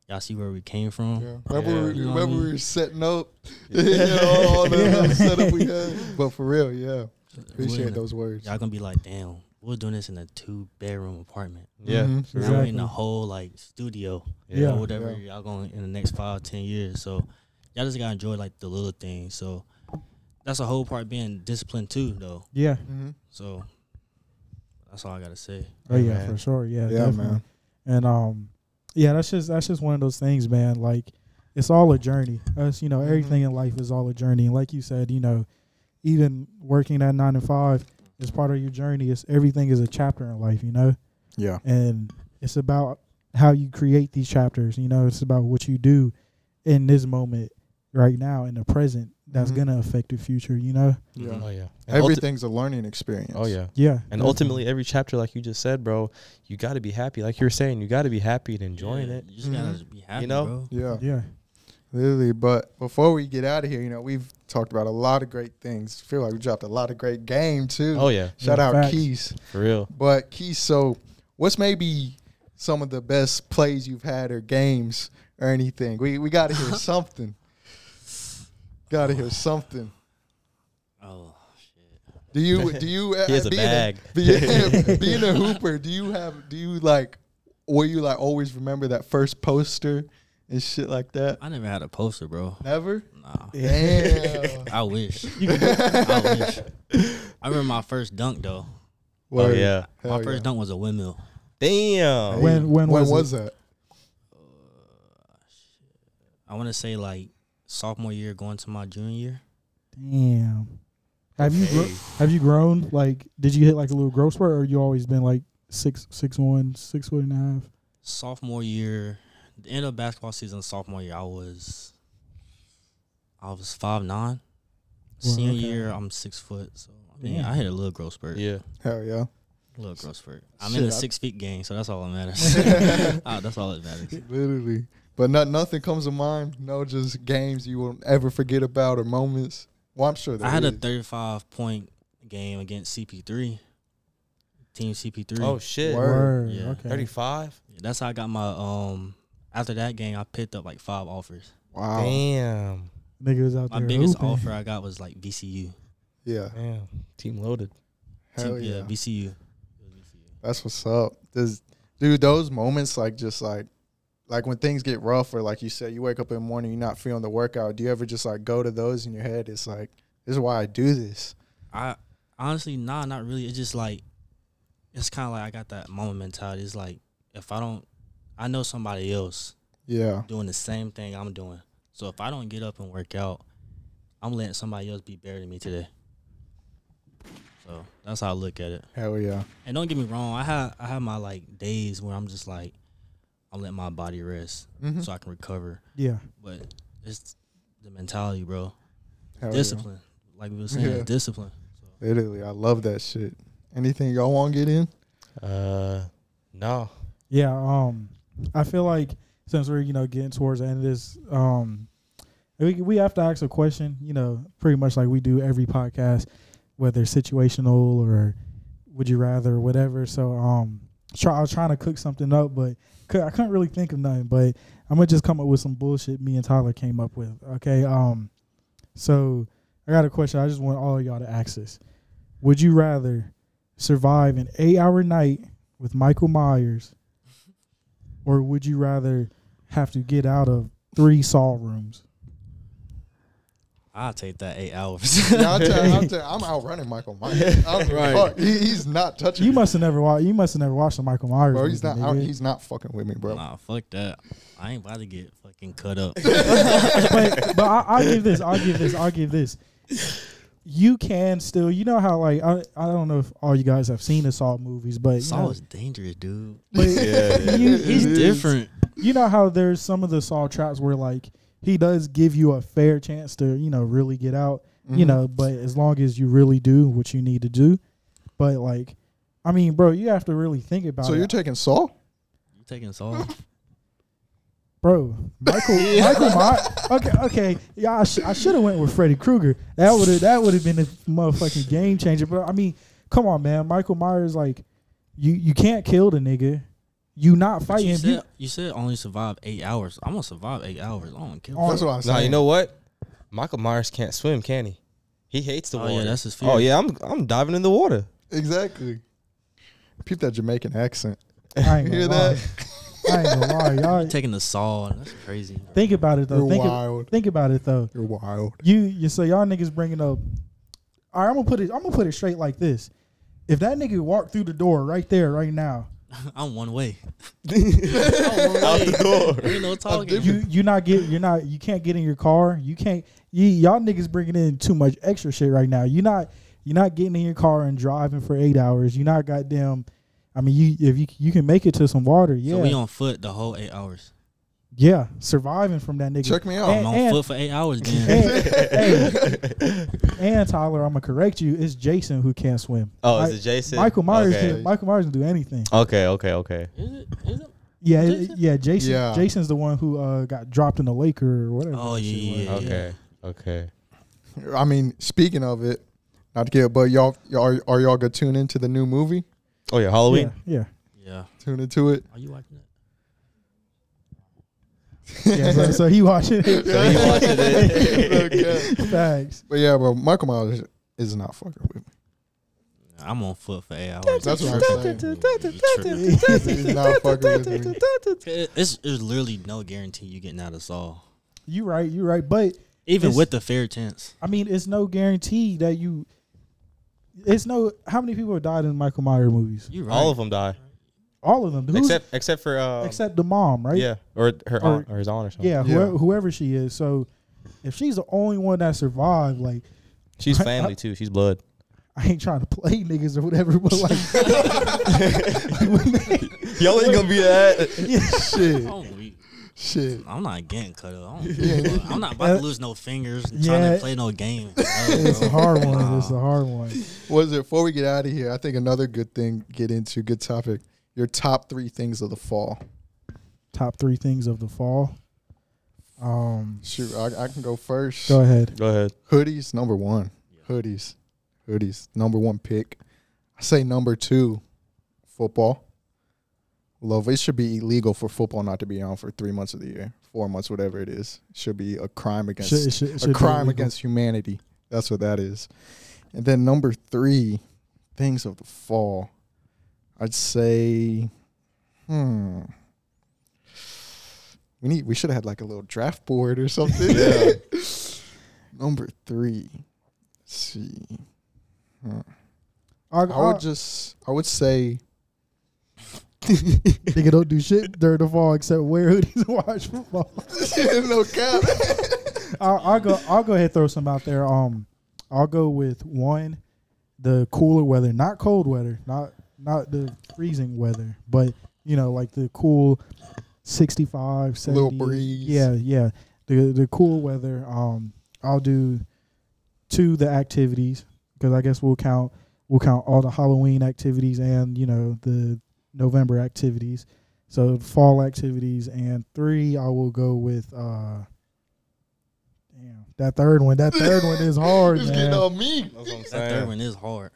[SPEAKER 3] y'all see where we came from.
[SPEAKER 4] Yeah. Remember, we,
[SPEAKER 3] You know what I
[SPEAKER 4] remember we
[SPEAKER 3] mean?
[SPEAKER 4] were setting up, you know, all the
[SPEAKER 2] Yeah.
[SPEAKER 4] setup we had. But for real, yeah,
[SPEAKER 3] We're in
[SPEAKER 4] appreciate
[SPEAKER 3] a-
[SPEAKER 4] those words.
[SPEAKER 3] Y'all gonna be like, damn, we're doing this in a two bedroom apartment.
[SPEAKER 1] Yeah.
[SPEAKER 4] Mhm.
[SPEAKER 1] for
[SPEAKER 3] Now
[SPEAKER 1] real.
[SPEAKER 3] we're in
[SPEAKER 2] Exactly.
[SPEAKER 3] a whole like studio.
[SPEAKER 2] Yeah.
[SPEAKER 3] or whatever
[SPEAKER 4] Yeah.
[SPEAKER 3] y'all going in the next five, ten years. So y'all just gotta enjoy like the little things. So that's a whole part being disciplined too, though.
[SPEAKER 2] Yeah.
[SPEAKER 4] Mm-hmm.
[SPEAKER 3] So that's all I gotta say.
[SPEAKER 2] Oh
[SPEAKER 1] Yeah,
[SPEAKER 2] yeah,
[SPEAKER 1] man.
[SPEAKER 2] for sure. Yeah,
[SPEAKER 4] Yeah,
[SPEAKER 2] definitely.
[SPEAKER 4] man.
[SPEAKER 2] And um, yeah, that's just that's just one of those things, man. Like it's all a journey. Us, you know,
[SPEAKER 4] Mm-hmm.
[SPEAKER 2] everything in life is all a journey. And like you said, you know, even working that nine to five is part of your journey. It's everything is a chapter in life, you know,
[SPEAKER 4] Yeah.
[SPEAKER 2] and it's about how you create these chapters. You know, it's about what you do in this moment, right now, in the present. That's
[SPEAKER 4] Mhm.
[SPEAKER 2] gonna affect the future. You know.
[SPEAKER 4] Yeah.
[SPEAKER 1] Oh yeah. And ulti-
[SPEAKER 4] Everything's a learning experience.
[SPEAKER 1] oh yeah.
[SPEAKER 2] Yeah.
[SPEAKER 1] And
[SPEAKER 2] definitely.
[SPEAKER 1] ultimately, every chapter, like you just said, bro, you got to be happy. Like you were saying, you got to be happy and enjoying
[SPEAKER 3] Yeah,
[SPEAKER 1] it.
[SPEAKER 3] You just gotta be happy,
[SPEAKER 1] know?
[SPEAKER 3] bro.
[SPEAKER 4] Yeah,
[SPEAKER 2] Yeah.
[SPEAKER 4] literally. But before we get out of here, you know, we've talked about a lot of great things. feel like we dropped a lot of great game too.
[SPEAKER 1] Oh yeah,
[SPEAKER 4] Shout
[SPEAKER 2] Yeah,
[SPEAKER 4] out
[SPEAKER 2] facts.
[SPEAKER 4] Keys.
[SPEAKER 1] for real.
[SPEAKER 4] But Keys, so what's maybe some of the best plays you've had or games or anything? We we gotta hear something. Gotta hear something.
[SPEAKER 3] Oh shit.
[SPEAKER 4] Do you do you uh,
[SPEAKER 1] He has a
[SPEAKER 4] being
[SPEAKER 1] bag.
[SPEAKER 4] being, being a hooper, do you have do you like will you like always remember that first poster and shit like that?
[SPEAKER 3] I never had a poster, bro.
[SPEAKER 4] Never?
[SPEAKER 3] Nah.
[SPEAKER 4] Damn.
[SPEAKER 3] I wish. I wish. I remember my first dunk though.
[SPEAKER 1] Oh
[SPEAKER 4] Word.
[SPEAKER 1] yeah.
[SPEAKER 4] Hell
[SPEAKER 3] my first
[SPEAKER 4] yeah.
[SPEAKER 3] dunk was a windmill.
[SPEAKER 1] Damn.
[SPEAKER 2] When- when was it?
[SPEAKER 4] that?
[SPEAKER 3] Uh, I wanna say like sophomore year going to my junior year.
[SPEAKER 2] Damn. Have you gro- have you grown? Like, did you hit like a little growth spurt, or you always been like six six one, six foot and a half?
[SPEAKER 3] sophomore year, the end of basketball season, sophomore year, I was, I was five nine.
[SPEAKER 2] Well,
[SPEAKER 3] Senior
[SPEAKER 2] okay.
[SPEAKER 3] year, I'm six foot. So I mean,
[SPEAKER 2] Damn.
[SPEAKER 3] I hit a little growth spurt.
[SPEAKER 1] Yeah.
[SPEAKER 4] Hell yeah.
[SPEAKER 3] little growth spurt. I'm
[SPEAKER 4] Shit,
[SPEAKER 3] in
[SPEAKER 4] I-
[SPEAKER 3] the six feet game, so that's all that matters. Ah, that's all that matters.
[SPEAKER 4] Literally. But not, nothing comes to mind. No, just games you won't ever forget about or moments. Well, I'm sure that
[SPEAKER 3] I had a 35 point game against CP3, Team CP3.
[SPEAKER 1] Oh shit.
[SPEAKER 4] Word.
[SPEAKER 3] Yeah.
[SPEAKER 2] Okay.
[SPEAKER 1] Thirty-five.
[SPEAKER 3] that's how I got my um. After that game, I picked up like five offers.
[SPEAKER 4] wow.
[SPEAKER 1] Damn.
[SPEAKER 2] niggas out
[SPEAKER 3] My
[SPEAKER 2] there.
[SPEAKER 3] biggest
[SPEAKER 2] hooping.
[SPEAKER 3] offer I got was like VCU.
[SPEAKER 4] Yeah.
[SPEAKER 1] Damn, team loaded.
[SPEAKER 4] Hell
[SPEAKER 3] Team-
[SPEAKER 4] yeah.
[SPEAKER 3] yeah, VCU.
[SPEAKER 4] That's what's up. Does dude, those moments like just like like when things get rough or like you said, you wake up in the morning, you're not feeling the workout, do you ever just like go to those in your head? It's like, this is why I do this.
[SPEAKER 3] I honestly, nah, not really. It's just like it's kind of like I got that moment mentality. It's like if I don't, I know somebody else
[SPEAKER 4] Yeah.
[SPEAKER 3] doing the same thing I'm doing. So if I don't get up and work out, I'm letting somebody else be better than me today. So that's how I look at it.
[SPEAKER 4] Hell yeah.
[SPEAKER 3] And don't get me wrong, I have I have my like days where I'm just like I'm letting my body rest
[SPEAKER 4] Mhm.
[SPEAKER 3] so I can recover.
[SPEAKER 2] Yeah.
[SPEAKER 3] But it's the mentality, bro.
[SPEAKER 4] Hell yeah.
[SPEAKER 3] discipline, like we were saying,
[SPEAKER 4] Yeah.
[SPEAKER 3] discipline.
[SPEAKER 4] Literally, I love that shit. Anything y'all want to get in?
[SPEAKER 1] Uh, no.
[SPEAKER 2] Yeah, um, I feel like since we're you know getting towards the end of this, um, we we have to ask a question. You know, pretty much like we do every podcast, whether situational or would you rather, whatever. So, um, try, I was trying to cook something up, but cou- I couldn't really think of nothing. But I'm gonna just come up with some bullshit me and Tyler came up with. Okay, um, so I got a question. I just want all of y'all to ask this. Would you rather survive an eight-hour night with Michael Myers? or would you rather have to get out of three saw rooms?
[SPEAKER 3] I'll take that eight hours.
[SPEAKER 4] Yeah, I'll tell, I'll tell, I'm outrunning Michael Myers. I'm,
[SPEAKER 1] Right.
[SPEAKER 4] fuck, he, he's not touching
[SPEAKER 2] You
[SPEAKER 4] me,
[SPEAKER 2] must have never watched. You must have never watched the Michael Myers.
[SPEAKER 4] bro. He's
[SPEAKER 2] movie,
[SPEAKER 4] not. out,
[SPEAKER 2] nigga.
[SPEAKER 4] he's not fucking with me, bro.
[SPEAKER 3] Nah, fuck that. I ain't about to get fucking cut up.
[SPEAKER 2] but but I, I'll give this. I'll give this. I'll give this. You can still. You know how like I, I don't know if all you guys have seen the Saw movies, but you
[SPEAKER 3] Saw
[SPEAKER 2] know,
[SPEAKER 3] is dangerous, dude.
[SPEAKER 2] but you,
[SPEAKER 3] He's
[SPEAKER 2] you,
[SPEAKER 3] different.
[SPEAKER 2] you know how there's some of the Saw traps where like he does give you a fair chance to you know really get out. you
[SPEAKER 4] Mhm.
[SPEAKER 2] know but as long as you really do what you need to do but like i mean bro you have to really think about
[SPEAKER 4] So
[SPEAKER 2] it
[SPEAKER 4] you're taking Saul?
[SPEAKER 3] You taking Saw?
[SPEAKER 2] bro michael michael My- okay okay yeah i, sh- I should have went with freddy krueger that would have that would have been a motherfucking game changer but i mean come on man michael myers like you you can't kill the nigga you not
[SPEAKER 3] But
[SPEAKER 2] fighting
[SPEAKER 3] you,
[SPEAKER 2] you
[SPEAKER 3] said, you said only survive eight hours. I'm gonna survive eight hours. I don't care.
[SPEAKER 2] Oh,
[SPEAKER 4] That's what I'm
[SPEAKER 1] Nah,
[SPEAKER 4] saying.
[SPEAKER 1] you know what? Michael Myers can't swim, can he? He hates the
[SPEAKER 3] oh
[SPEAKER 1] water.
[SPEAKER 3] yeah, that's his fear.
[SPEAKER 1] oh yeah, I'm I'm diving in the water.
[SPEAKER 4] exactly. Peep that Jamaican accent.
[SPEAKER 2] I ain't gonna
[SPEAKER 4] You hear
[SPEAKER 2] lie.
[SPEAKER 4] that?
[SPEAKER 2] I ain't gonna lie y'all
[SPEAKER 3] You taking the Saw? That's crazy.
[SPEAKER 2] think about it
[SPEAKER 4] You're
[SPEAKER 2] though think, ab-
[SPEAKER 4] wild.
[SPEAKER 2] think about it though
[SPEAKER 4] You're wild.
[SPEAKER 2] You, you so y'all niggas bringing up. All right, I'm gonna put it. I'm gonna put it straight like this. If that nigga walked through the door right there, right now,
[SPEAKER 3] I'm one way.
[SPEAKER 1] Out the door.
[SPEAKER 3] Ain't no talking.
[SPEAKER 2] you you not get you're not you can't get in your car. You can't you y'all niggas bringing in too much extra shit right now. You not you're not getting in your car and driving for eight hours. You not goddamn. I mean, you if you you can make it to some water, yeah,
[SPEAKER 3] So we on foot the whole eight hours.
[SPEAKER 2] yeah, surviving from that nigga.
[SPEAKER 4] Check me out.
[SPEAKER 2] And-
[SPEAKER 3] I'm on foot for eight hours. Then
[SPEAKER 2] and, hey, and Tyler, I'm gonna correct you. It's Jason who can't swim.
[SPEAKER 1] Oh,
[SPEAKER 2] Mi-
[SPEAKER 1] is it Jason?
[SPEAKER 2] Michael Myers?
[SPEAKER 1] Okay.
[SPEAKER 2] Can, Michael Myers can do anything.
[SPEAKER 1] Okay, okay, okay.
[SPEAKER 3] is it? Is it?
[SPEAKER 2] Yeah, it-
[SPEAKER 3] Jason?
[SPEAKER 2] yeah, Jason.
[SPEAKER 4] Yeah.
[SPEAKER 2] Jason's the one who uh, got dropped in the lake or whatever.
[SPEAKER 3] Oh,
[SPEAKER 2] that shit
[SPEAKER 3] yeah,
[SPEAKER 2] was.
[SPEAKER 3] yeah, yeah.
[SPEAKER 1] Okay. Okay.
[SPEAKER 4] I mean, speaking of it, not to get, but y'all, y'all are, are y'all gonna tune into the new movie?
[SPEAKER 1] Oh yeah, Halloween.
[SPEAKER 2] Yeah,
[SPEAKER 3] Yeah.
[SPEAKER 4] Tune into it.
[SPEAKER 3] Are you watching it?
[SPEAKER 2] yeah. yeah so, so he watching it.
[SPEAKER 1] So he watching it.
[SPEAKER 4] Okay.
[SPEAKER 2] Facts.
[SPEAKER 4] But yeah, bro, Michael Myers is not fucking with me.
[SPEAKER 3] I'm on foot for eight hours.
[SPEAKER 4] That's what I'm saying.
[SPEAKER 3] It-
[SPEAKER 4] He's not fucking with me.
[SPEAKER 3] It's there's literally no guarantee you getting out of Saw,
[SPEAKER 2] You right. You right. But
[SPEAKER 3] even
[SPEAKER 2] It's-
[SPEAKER 3] with the fair chance.
[SPEAKER 2] I mean, it's no guarantee that you. It's no. How many people have died in Michael Myers movies?
[SPEAKER 3] You right.
[SPEAKER 1] All of them die
[SPEAKER 2] All of them. Who's,
[SPEAKER 1] except except for um,
[SPEAKER 2] except the mom, right?
[SPEAKER 1] yeah or her
[SPEAKER 2] Or-
[SPEAKER 1] aunt or his aunt or something.
[SPEAKER 2] Yeah.
[SPEAKER 4] Yeah.
[SPEAKER 2] Whoever, whoever she is. So, if she's the only one that survived, like
[SPEAKER 1] She's family too. She's blood.
[SPEAKER 2] I ain't trying to play niggas or whatever, but like,
[SPEAKER 1] Y'all ain't gonna be that.
[SPEAKER 4] Shit,
[SPEAKER 3] I'm weak.
[SPEAKER 4] shit.
[SPEAKER 3] I'm not getting cut up. I don't give a fuck. I'm not about to lose no fingers and trying
[SPEAKER 2] Yeah.
[SPEAKER 3] to play no game. No,
[SPEAKER 2] it's a
[SPEAKER 3] bro.
[SPEAKER 2] hard one. It's a hard one.
[SPEAKER 4] What is it? Before we get out of here, I think another good thing to get into, good topic. Your top three things of the fall.
[SPEAKER 2] top three things of the fall. Um,
[SPEAKER 4] Shoot, I, I can go first.
[SPEAKER 2] go ahead.
[SPEAKER 1] Go ahead.
[SPEAKER 4] Hoodies number one. Hoodies, hoodies number one pick. I say number two, football. Love it should be illegal for football not to be on for three months of the year. four months, whatever it is, should be a crime against
[SPEAKER 2] Should- it should- it should be
[SPEAKER 4] a crime
[SPEAKER 2] illegal.
[SPEAKER 4] against humanity. That's what that is. And then number three, things of the fall. I'd say, hmm. We need. We should have had like a little draft board or something. number three. Let's see,
[SPEAKER 2] I,
[SPEAKER 4] I would just. I would say.
[SPEAKER 2] nigga don't do shit during the fall except wear hoodies and watch football.
[SPEAKER 4] no cap.
[SPEAKER 2] I'll, I'll go. I'll go ahead and throw some out there. Um, I'll go with one, the cooler weather, not cold weather, not not the freezing weather, but you know, like the cool 65, 70.
[SPEAKER 4] Little breeze.
[SPEAKER 2] Yeah, yeah. The the cool weather. Um, I'll do two the activities because I guess we'll count we'll count all the Halloween activities and you know the November activities. So fall activities and three, I will go with. uh Damn, that third one. That third one is hard,
[SPEAKER 4] It's getting
[SPEAKER 2] man.
[SPEAKER 4] all mean.
[SPEAKER 1] That's what I'm
[SPEAKER 3] That third
[SPEAKER 1] saying.
[SPEAKER 3] one is hard.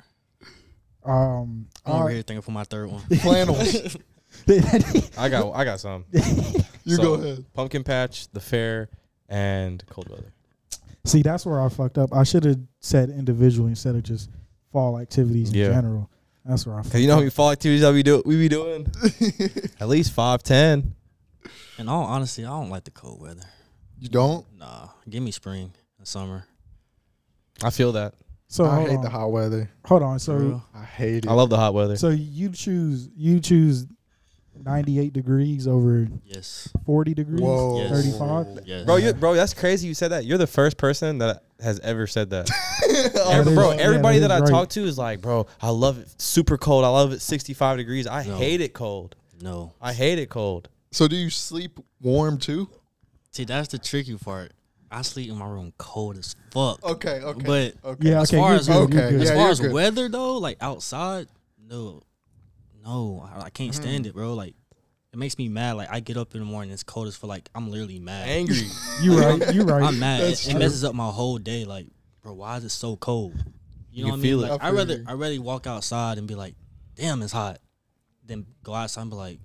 [SPEAKER 2] Um,
[SPEAKER 3] I'm over
[SPEAKER 2] I,
[SPEAKER 3] here thinking for my third one.
[SPEAKER 4] Flannels.
[SPEAKER 1] I got I got some
[SPEAKER 4] You
[SPEAKER 1] So-
[SPEAKER 4] go ahead.
[SPEAKER 1] pumpkin patch, the fair, and cold weather.
[SPEAKER 2] see, that's where I fucked up. I should have said individually instead of just fall activities
[SPEAKER 1] Yeah.
[SPEAKER 2] in general. That's where I. Fucked
[SPEAKER 1] Cause you know how
[SPEAKER 2] up.
[SPEAKER 1] many fall activities that we do we be doing? At least five, ten.
[SPEAKER 3] In all honesty, I don't like the cold weather.
[SPEAKER 4] You don't?
[SPEAKER 3] Nah, give me spring and summer.
[SPEAKER 1] I feel that.
[SPEAKER 2] So
[SPEAKER 4] I
[SPEAKER 2] hold
[SPEAKER 4] hate
[SPEAKER 2] on.
[SPEAKER 4] the hot weather.
[SPEAKER 2] Hold on.
[SPEAKER 3] For
[SPEAKER 2] So
[SPEAKER 3] real.
[SPEAKER 4] I hate it.
[SPEAKER 1] I love the hot weather.
[SPEAKER 2] so you choose you choose ninety eight degrees over
[SPEAKER 3] Yes.
[SPEAKER 2] forty degrees.
[SPEAKER 4] Whoa.
[SPEAKER 3] Yes.
[SPEAKER 2] 35?
[SPEAKER 3] Yes.
[SPEAKER 1] Bro, you, bro, that's crazy. You said that. You're the first person that has ever said that. Every-
[SPEAKER 2] is-
[SPEAKER 1] bro,
[SPEAKER 2] yeah,
[SPEAKER 1] everybody
[SPEAKER 2] that
[SPEAKER 1] that,
[SPEAKER 2] is
[SPEAKER 1] I
[SPEAKER 2] right.
[SPEAKER 1] talk to is like, bro, I love it super cold. I love it 65 degrees. I
[SPEAKER 3] No.
[SPEAKER 1] hate it cold.
[SPEAKER 3] No.
[SPEAKER 1] I hate it cold.
[SPEAKER 4] so do you sleep warm too?
[SPEAKER 3] See, that's the tricky part. I sleep in my room cold as fuck.
[SPEAKER 4] Okay, okay.
[SPEAKER 3] But
[SPEAKER 4] okay.
[SPEAKER 2] Yeah.
[SPEAKER 3] as
[SPEAKER 2] Okay.
[SPEAKER 3] far
[SPEAKER 2] you're
[SPEAKER 3] as-
[SPEAKER 2] good, you're
[SPEAKER 4] okay,
[SPEAKER 2] good.
[SPEAKER 3] as
[SPEAKER 4] yeah.
[SPEAKER 3] far
[SPEAKER 4] you're
[SPEAKER 3] as
[SPEAKER 4] good.
[SPEAKER 3] weather though, like outside, no, no, I, I can't stand it, bro. Like it makes me mad. Like I get up in the morning, it's cold as for like I'm literally mad.
[SPEAKER 1] Angry.
[SPEAKER 2] You right. You right.
[SPEAKER 3] I'm mad.
[SPEAKER 4] That's
[SPEAKER 3] It, it
[SPEAKER 4] true.
[SPEAKER 3] messes up my whole day. Like, bro, why is it so cold? You
[SPEAKER 1] You
[SPEAKER 3] know what I mean?
[SPEAKER 1] feel it.
[SPEAKER 3] Like,
[SPEAKER 4] I
[SPEAKER 3] I
[SPEAKER 4] feel
[SPEAKER 3] rather
[SPEAKER 4] you.
[SPEAKER 3] I rather walk outside and be like, damn, it's hot, than go outside and be like,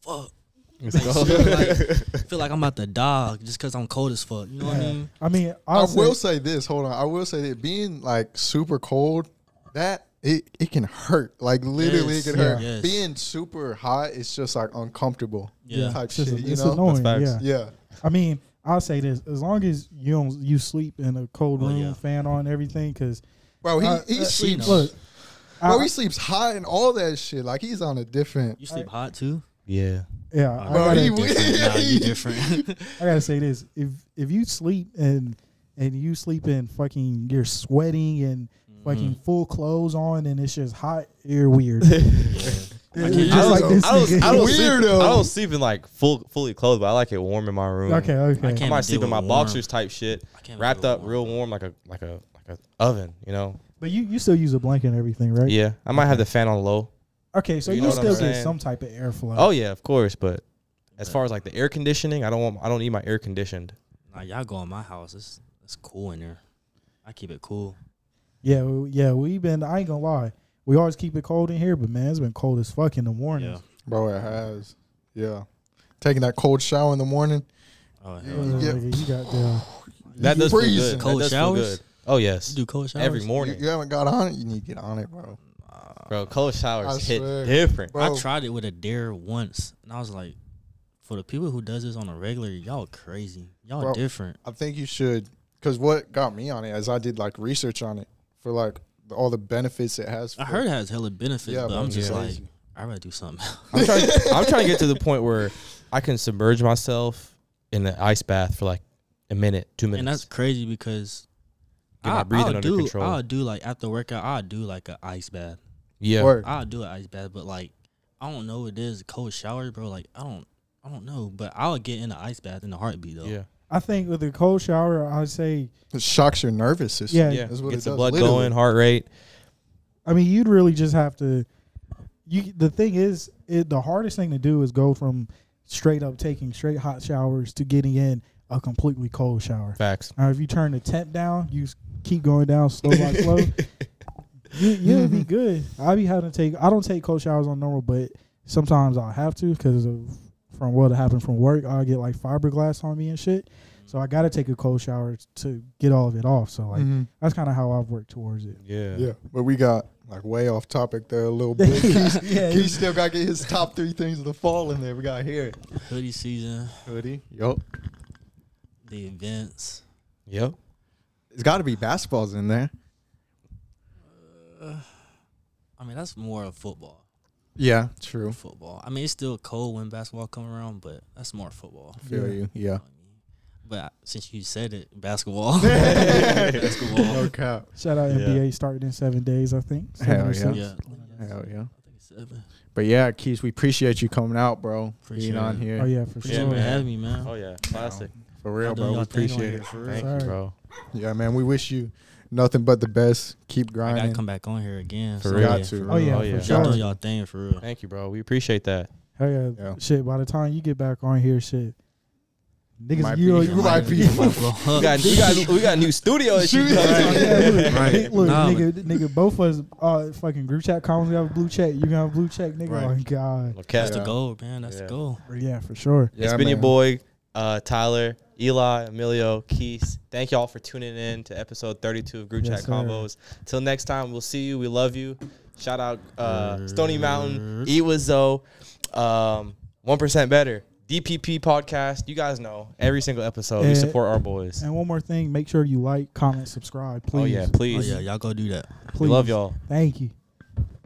[SPEAKER 3] fuck. Like, shit, like, feel like I'm about to die just because I'm cold as fuck. You know what I mean?
[SPEAKER 2] I mean,
[SPEAKER 4] I
[SPEAKER 2] I'll say-
[SPEAKER 4] will say this. Hold on. I will say that being like super cold, that it, it can hurt. Like literally,
[SPEAKER 3] Yes,
[SPEAKER 4] it can
[SPEAKER 2] yeah.
[SPEAKER 4] hurt.
[SPEAKER 3] Yes.
[SPEAKER 4] Being super hot is just like uncomfortable
[SPEAKER 3] Yeah.
[SPEAKER 4] type
[SPEAKER 2] It's, just-
[SPEAKER 4] shit. You
[SPEAKER 2] it's
[SPEAKER 4] know?
[SPEAKER 2] annoying.
[SPEAKER 1] facts.
[SPEAKER 2] Yeah.
[SPEAKER 4] Yeah.
[SPEAKER 2] I mean, I'll say this: as long as you don't you sleep in a cold
[SPEAKER 3] Oh,
[SPEAKER 2] room,
[SPEAKER 3] yeah.
[SPEAKER 2] fan on, everything, because
[SPEAKER 4] Bro, he, he
[SPEAKER 2] uh,
[SPEAKER 4] sleeps.
[SPEAKER 2] Look,
[SPEAKER 4] bro,
[SPEAKER 2] I,
[SPEAKER 4] he sleeps hot and all that shit. Like he's on a different.
[SPEAKER 3] You sleep hot too.
[SPEAKER 1] yeah.
[SPEAKER 2] yeah, I
[SPEAKER 4] Bro,
[SPEAKER 2] gotta,
[SPEAKER 4] he-
[SPEAKER 3] Different. nah, you different.
[SPEAKER 2] I gotta say this: if if you sleep and and you sleep in fucking, you're sweating and fucking
[SPEAKER 3] Mm-hmm.
[SPEAKER 2] full clothes on, and it's just hot, you're weird. It's
[SPEAKER 3] can't-
[SPEAKER 2] just
[SPEAKER 1] I
[SPEAKER 2] like
[SPEAKER 1] don't-
[SPEAKER 2] this.
[SPEAKER 1] I don't,
[SPEAKER 2] nigga.
[SPEAKER 1] I don't sleep,
[SPEAKER 4] Weirdo.
[SPEAKER 1] I don't sleep in like full, fully clothed, but I like it warm in my room.
[SPEAKER 2] okay, okay.
[SPEAKER 1] I
[SPEAKER 3] can't
[SPEAKER 1] might
[SPEAKER 3] deal
[SPEAKER 1] sleep in
[SPEAKER 3] with
[SPEAKER 1] my
[SPEAKER 3] warm.
[SPEAKER 1] boxers type shit,
[SPEAKER 3] I can't
[SPEAKER 1] wrapped
[SPEAKER 3] deal
[SPEAKER 1] up
[SPEAKER 3] with
[SPEAKER 1] real warm like a like a like a oven, you know?
[SPEAKER 2] But you you still use a blanket and everything, right?
[SPEAKER 1] Yeah. I might have the fan on low.
[SPEAKER 2] Okay, so
[SPEAKER 1] You
[SPEAKER 2] you,
[SPEAKER 1] know what I'm
[SPEAKER 2] still get
[SPEAKER 1] saying?
[SPEAKER 2] some type of airflow.
[SPEAKER 1] Oh yeah, of course, but as far as like the air conditioning, I don't want I don't need my air conditioned.
[SPEAKER 3] Nah, y'all go in my house. It's it's cool in there. I keep it cool.
[SPEAKER 2] Yeah, we- yeah, we've been. I ain't gonna lie, we always keep it cold in here, but man, it's been cold as fuck in the mornings.
[SPEAKER 3] Yeah.
[SPEAKER 4] Bro, it has. Yeah. Taking that cold shower in the morning.
[SPEAKER 3] Oh
[SPEAKER 4] Yeah.
[SPEAKER 3] hell.
[SPEAKER 2] Uh,
[SPEAKER 4] Yeah.
[SPEAKER 2] nigga, you got down.
[SPEAKER 1] That does feel
[SPEAKER 4] Freezing.
[SPEAKER 1] good.
[SPEAKER 3] Cold
[SPEAKER 1] that does Feel
[SPEAKER 3] showers?
[SPEAKER 1] good. Oh yes,
[SPEAKER 3] You do cold showers
[SPEAKER 1] every
[SPEAKER 4] You,
[SPEAKER 1] morning,
[SPEAKER 4] you haven't got on it. You need to get on it, bro.
[SPEAKER 1] bro. Cold showers
[SPEAKER 4] I
[SPEAKER 1] hit
[SPEAKER 4] swear.
[SPEAKER 1] different.
[SPEAKER 4] Bro,
[SPEAKER 3] I tried it with a dare once, and I was like, for the people who does this on a regular, y'all crazy. Y'all
[SPEAKER 4] Bro.
[SPEAKER 3] different.
[SPEAKER 4] I think you should, because what got me on it is I did like research on it for like the, all the benefits it has. For,
[SPEAKER 3] I heard it has hella benefits,
[SPEAKER 4] Yeah,
[SPEAKER 3] but
[SPEAKER 4] bro,
[SPEAKER 3] I'm just
[SPEAKER 1] yeah.
[SPEAKER 3] like, I rather do something. else.
[SPEAKER 1] I'm trying, I'm trying to get to the point where I can submerge myself in the ice bath for like a minute, two minutes.
[SPEAKER 3] and that's crazy because
[SPEAKER 1] Get my
[SPEAKER 3] I,
[SPEAKER 1] breathing
[SPEAKER 3] will
[SPEAKER 1] under
[SPEAKER 3] do,
[SPEAKER 1] control.
[SPEAKER 3] I'll do like after workout, I'll do like an ice bath.
[SPEAKER 1] yeah,
[SPEAKER 4] Word.
[SPEAKER 3] I'll do an ice bath, but like I don't know what it is. Cold showers, bro. Like I don't, I don't know. But I'll get in an ice bath in a heartbeat though.
[SPEAKER 1] yeah,
[SPEAKER 2] I think with a cold shower, I'd say,
[SPEAKER 4] It shocks your nervous system.
[SPEAKER 2] Yeah.
[SPEAKER 1] yeah.
[SPEAKER 4] That's what
[SPEAKER 1] Gets the
[SPEAKER 4] it does,
[SPEAKER 1] blood
[SPEAKER 4] literally.
[SPEAKER 1] going, heart rate.
[SPEAKER 2] I mean, you'd really just have to. You the thing is, it, the hardest thing to do is go from straight up taking straight hot showers to getting in a completely cold shower.
[SPEAKER 1] Facts.
[SPEAKER 2] Now, Uh, if you turn the temp down, you s- keep going down slow by slow. You, you'll be good. I be having to take. I don't take cold showers on normal, but sometimes I'll have to because of from what happened from work. I get like fiberglass on me and shit. So I got to take a cold shower to get all of it off. So like
[SPEAKER 4] Mm-hmm.
[SPEAKER 3] Mm-hmm.
[SPEAKER 2] that's kind of how I've worked towards it.
[SPEAKER 1] Yeah.
[SPEAKER 4] Yeah, but we got like way off topic there a little bit. Keith,
[SPEAKER 2] yeah,
[SPEAKER 4] Keith still got to get his top three things of the fall in there. We got here
[SPEAKER 3] Hoodie season,
[SPEAKER 4] hoodie. Yup,
[SPEAKER 3] the events.
[SPEAKER 1] Yep.
[SPEAKER 4] it's got to be basketballs in there.
[SPEAKER 3] I mean, that's more of football.
[SPEAKER 4] Yeah, true.
[SPEAKER 3] Football. I mean, it's still cold when basketball come around, but that's more football.
[SPEAKER 4] Feel
[SPEAKER 2] Yeah.
[SPEAKER 4] you. Yeah.
[SPEAKER 3] But I- since you said it, basketball. basketball.
[SPEAKER 4] No cap.
[SPEAKER 2] Shout out
[SPEAKER 1] Yeah.
[SPEAKER 2] NBA starting in seven days, I think. Seven
[SPEAKER 4] Hell
[SPEAKER 2] or
[SPEAKER 4] yeah.
[SPEAKER 2] six.
[SPEAKER 3] Yeah.
[SPEAKER 4] Hell yeah.
[SPEAKER 3] I think it's seven.
[SPEAKER 4] But yeah, Keith, we appreciate you coming out, bro.
[SPEAKER 3] Appreciate
[SPEAKER 4] Being on
[SPEAKER 3] it.
[SPEAKER 4] here
[SPEAKER 2] Oh yeah, for
[SPEAKER 1] Yeah,
[SPEAKER 3] Appreciate
[SPEAKER 2] sure.
[SPEAKER 3] you for
[SPEAKER 1] man.
[SPEAKER 3] having me, man.
[SPEAKER 1] Oh yeah. Classic.
[SPEAKER 4] for real,
[SPEAKER 3] Y'all doing
[SPEAKER 4] bro. We
[SPEAKER 3] y'all thing on
[SPEAKER 4] appreciate
[SPEAKER 3] here,
[SPEAKER 4] it.
[SPEAKER 3] for real.
[SPEAKER 1] Thank
[SPEAKER 2] Sorry.
[SPEAKER 1] you, bro.
[SPEAKER 4] Yeah, man. We wish you nothing but the best. Keep
[SPEAKER 3] I gotta
[SPEAKER 4] grinding.
[SPEAKER 3] come back on here again.
[SPEAKER 1] For
[SPEAKER 3] so,
[SPEAKER 1] real.
[SPEAKER 3] yeah,
[SPEAKER 4] Got to.
[SPEAKER 3] for
[SPEAKER 2] Oh yeah,
[SPEAKER 1] Oh,
[SPEAKER 2] for
[SPEAKER 1] yeah.
[SPEAKER 3] real. Y'all
[SPEAKER 2] sure.
[SPEAKER 3] doing y'all thing for real.
[SPEAKER 1] Thank you, bro. We appreciate that.
[SPEAKER 2] Hell yeah.
[SPEAKER 4] Yeah.
[SPEAKER 2] Shit, by the time you get back on here, shit. Niggas,
[SPEAKER 4] Might
[SPEAKER 2] you,
[SPEAKER 4] be-
[SPEAKER 2] you
[SPEAKER 4] might be-
[SPEAKER 2] Yeah,
[SPEAKER 1] We got, we got, we got new studio issues.
[SPEAKER 2] look,
[SPEAKER 4] Right.
[SPEAKER 2] Look,
[SPEAKER 3] Nah,
[SPEAKER 2] nigga, nigga, both of us, uh, fucking group chat comments, we have a blue check. You gonna have a blue check, nigga.
[SPEAKER 4] Right.
[SPEAKER 2] Oh, God.
[SPEAKER 1] Okay.
[SPEAKER 3] That's the
[SPEAKER 4] Yeah.
[SPEAKER 3] goal, man. That's
[SPEAKER 1] Yeah.
[SPEAKER 3] the goal.
[SPEAKER 2] Yeah, for sure.
[SPEAKER 1] it's
[SPEAKER 4] Yeah,
[SPEAKER 1] been your
[SPEAKER 4] man.
[SPEAKER 1] boy, uh, Tyler, Eli, Emilio, Keith. Thank y'all for tuning in to episode 32 of Group
[SPEAKER 2] Yes,
[SPEAKER 1] Chat
[SPEAKER 2] sir.
[SPEAKER 1] Combos. Till next time, we'll see you. We love you. Shout out uh, Stony Mountain, Iwazo, um, 1% Better, DPP Podcast. You guys know every single episode. We
[SPEAKER 2] And-
[SPEAKER 1] support our boys.
[SPEAKER 2] And one more thing, make sure you like, comment, subscribe, please.
[SPEAKER 1] Oh, yeah.
[SPEAKER 3] Oh
[SPEAKER 1] Please.
[SPEAKER 3] yeah, y'all go do that.
[SPEAKER 2] please.
[SPEAKER 1] We love y'all.
[SPEAKER 2] Thank you.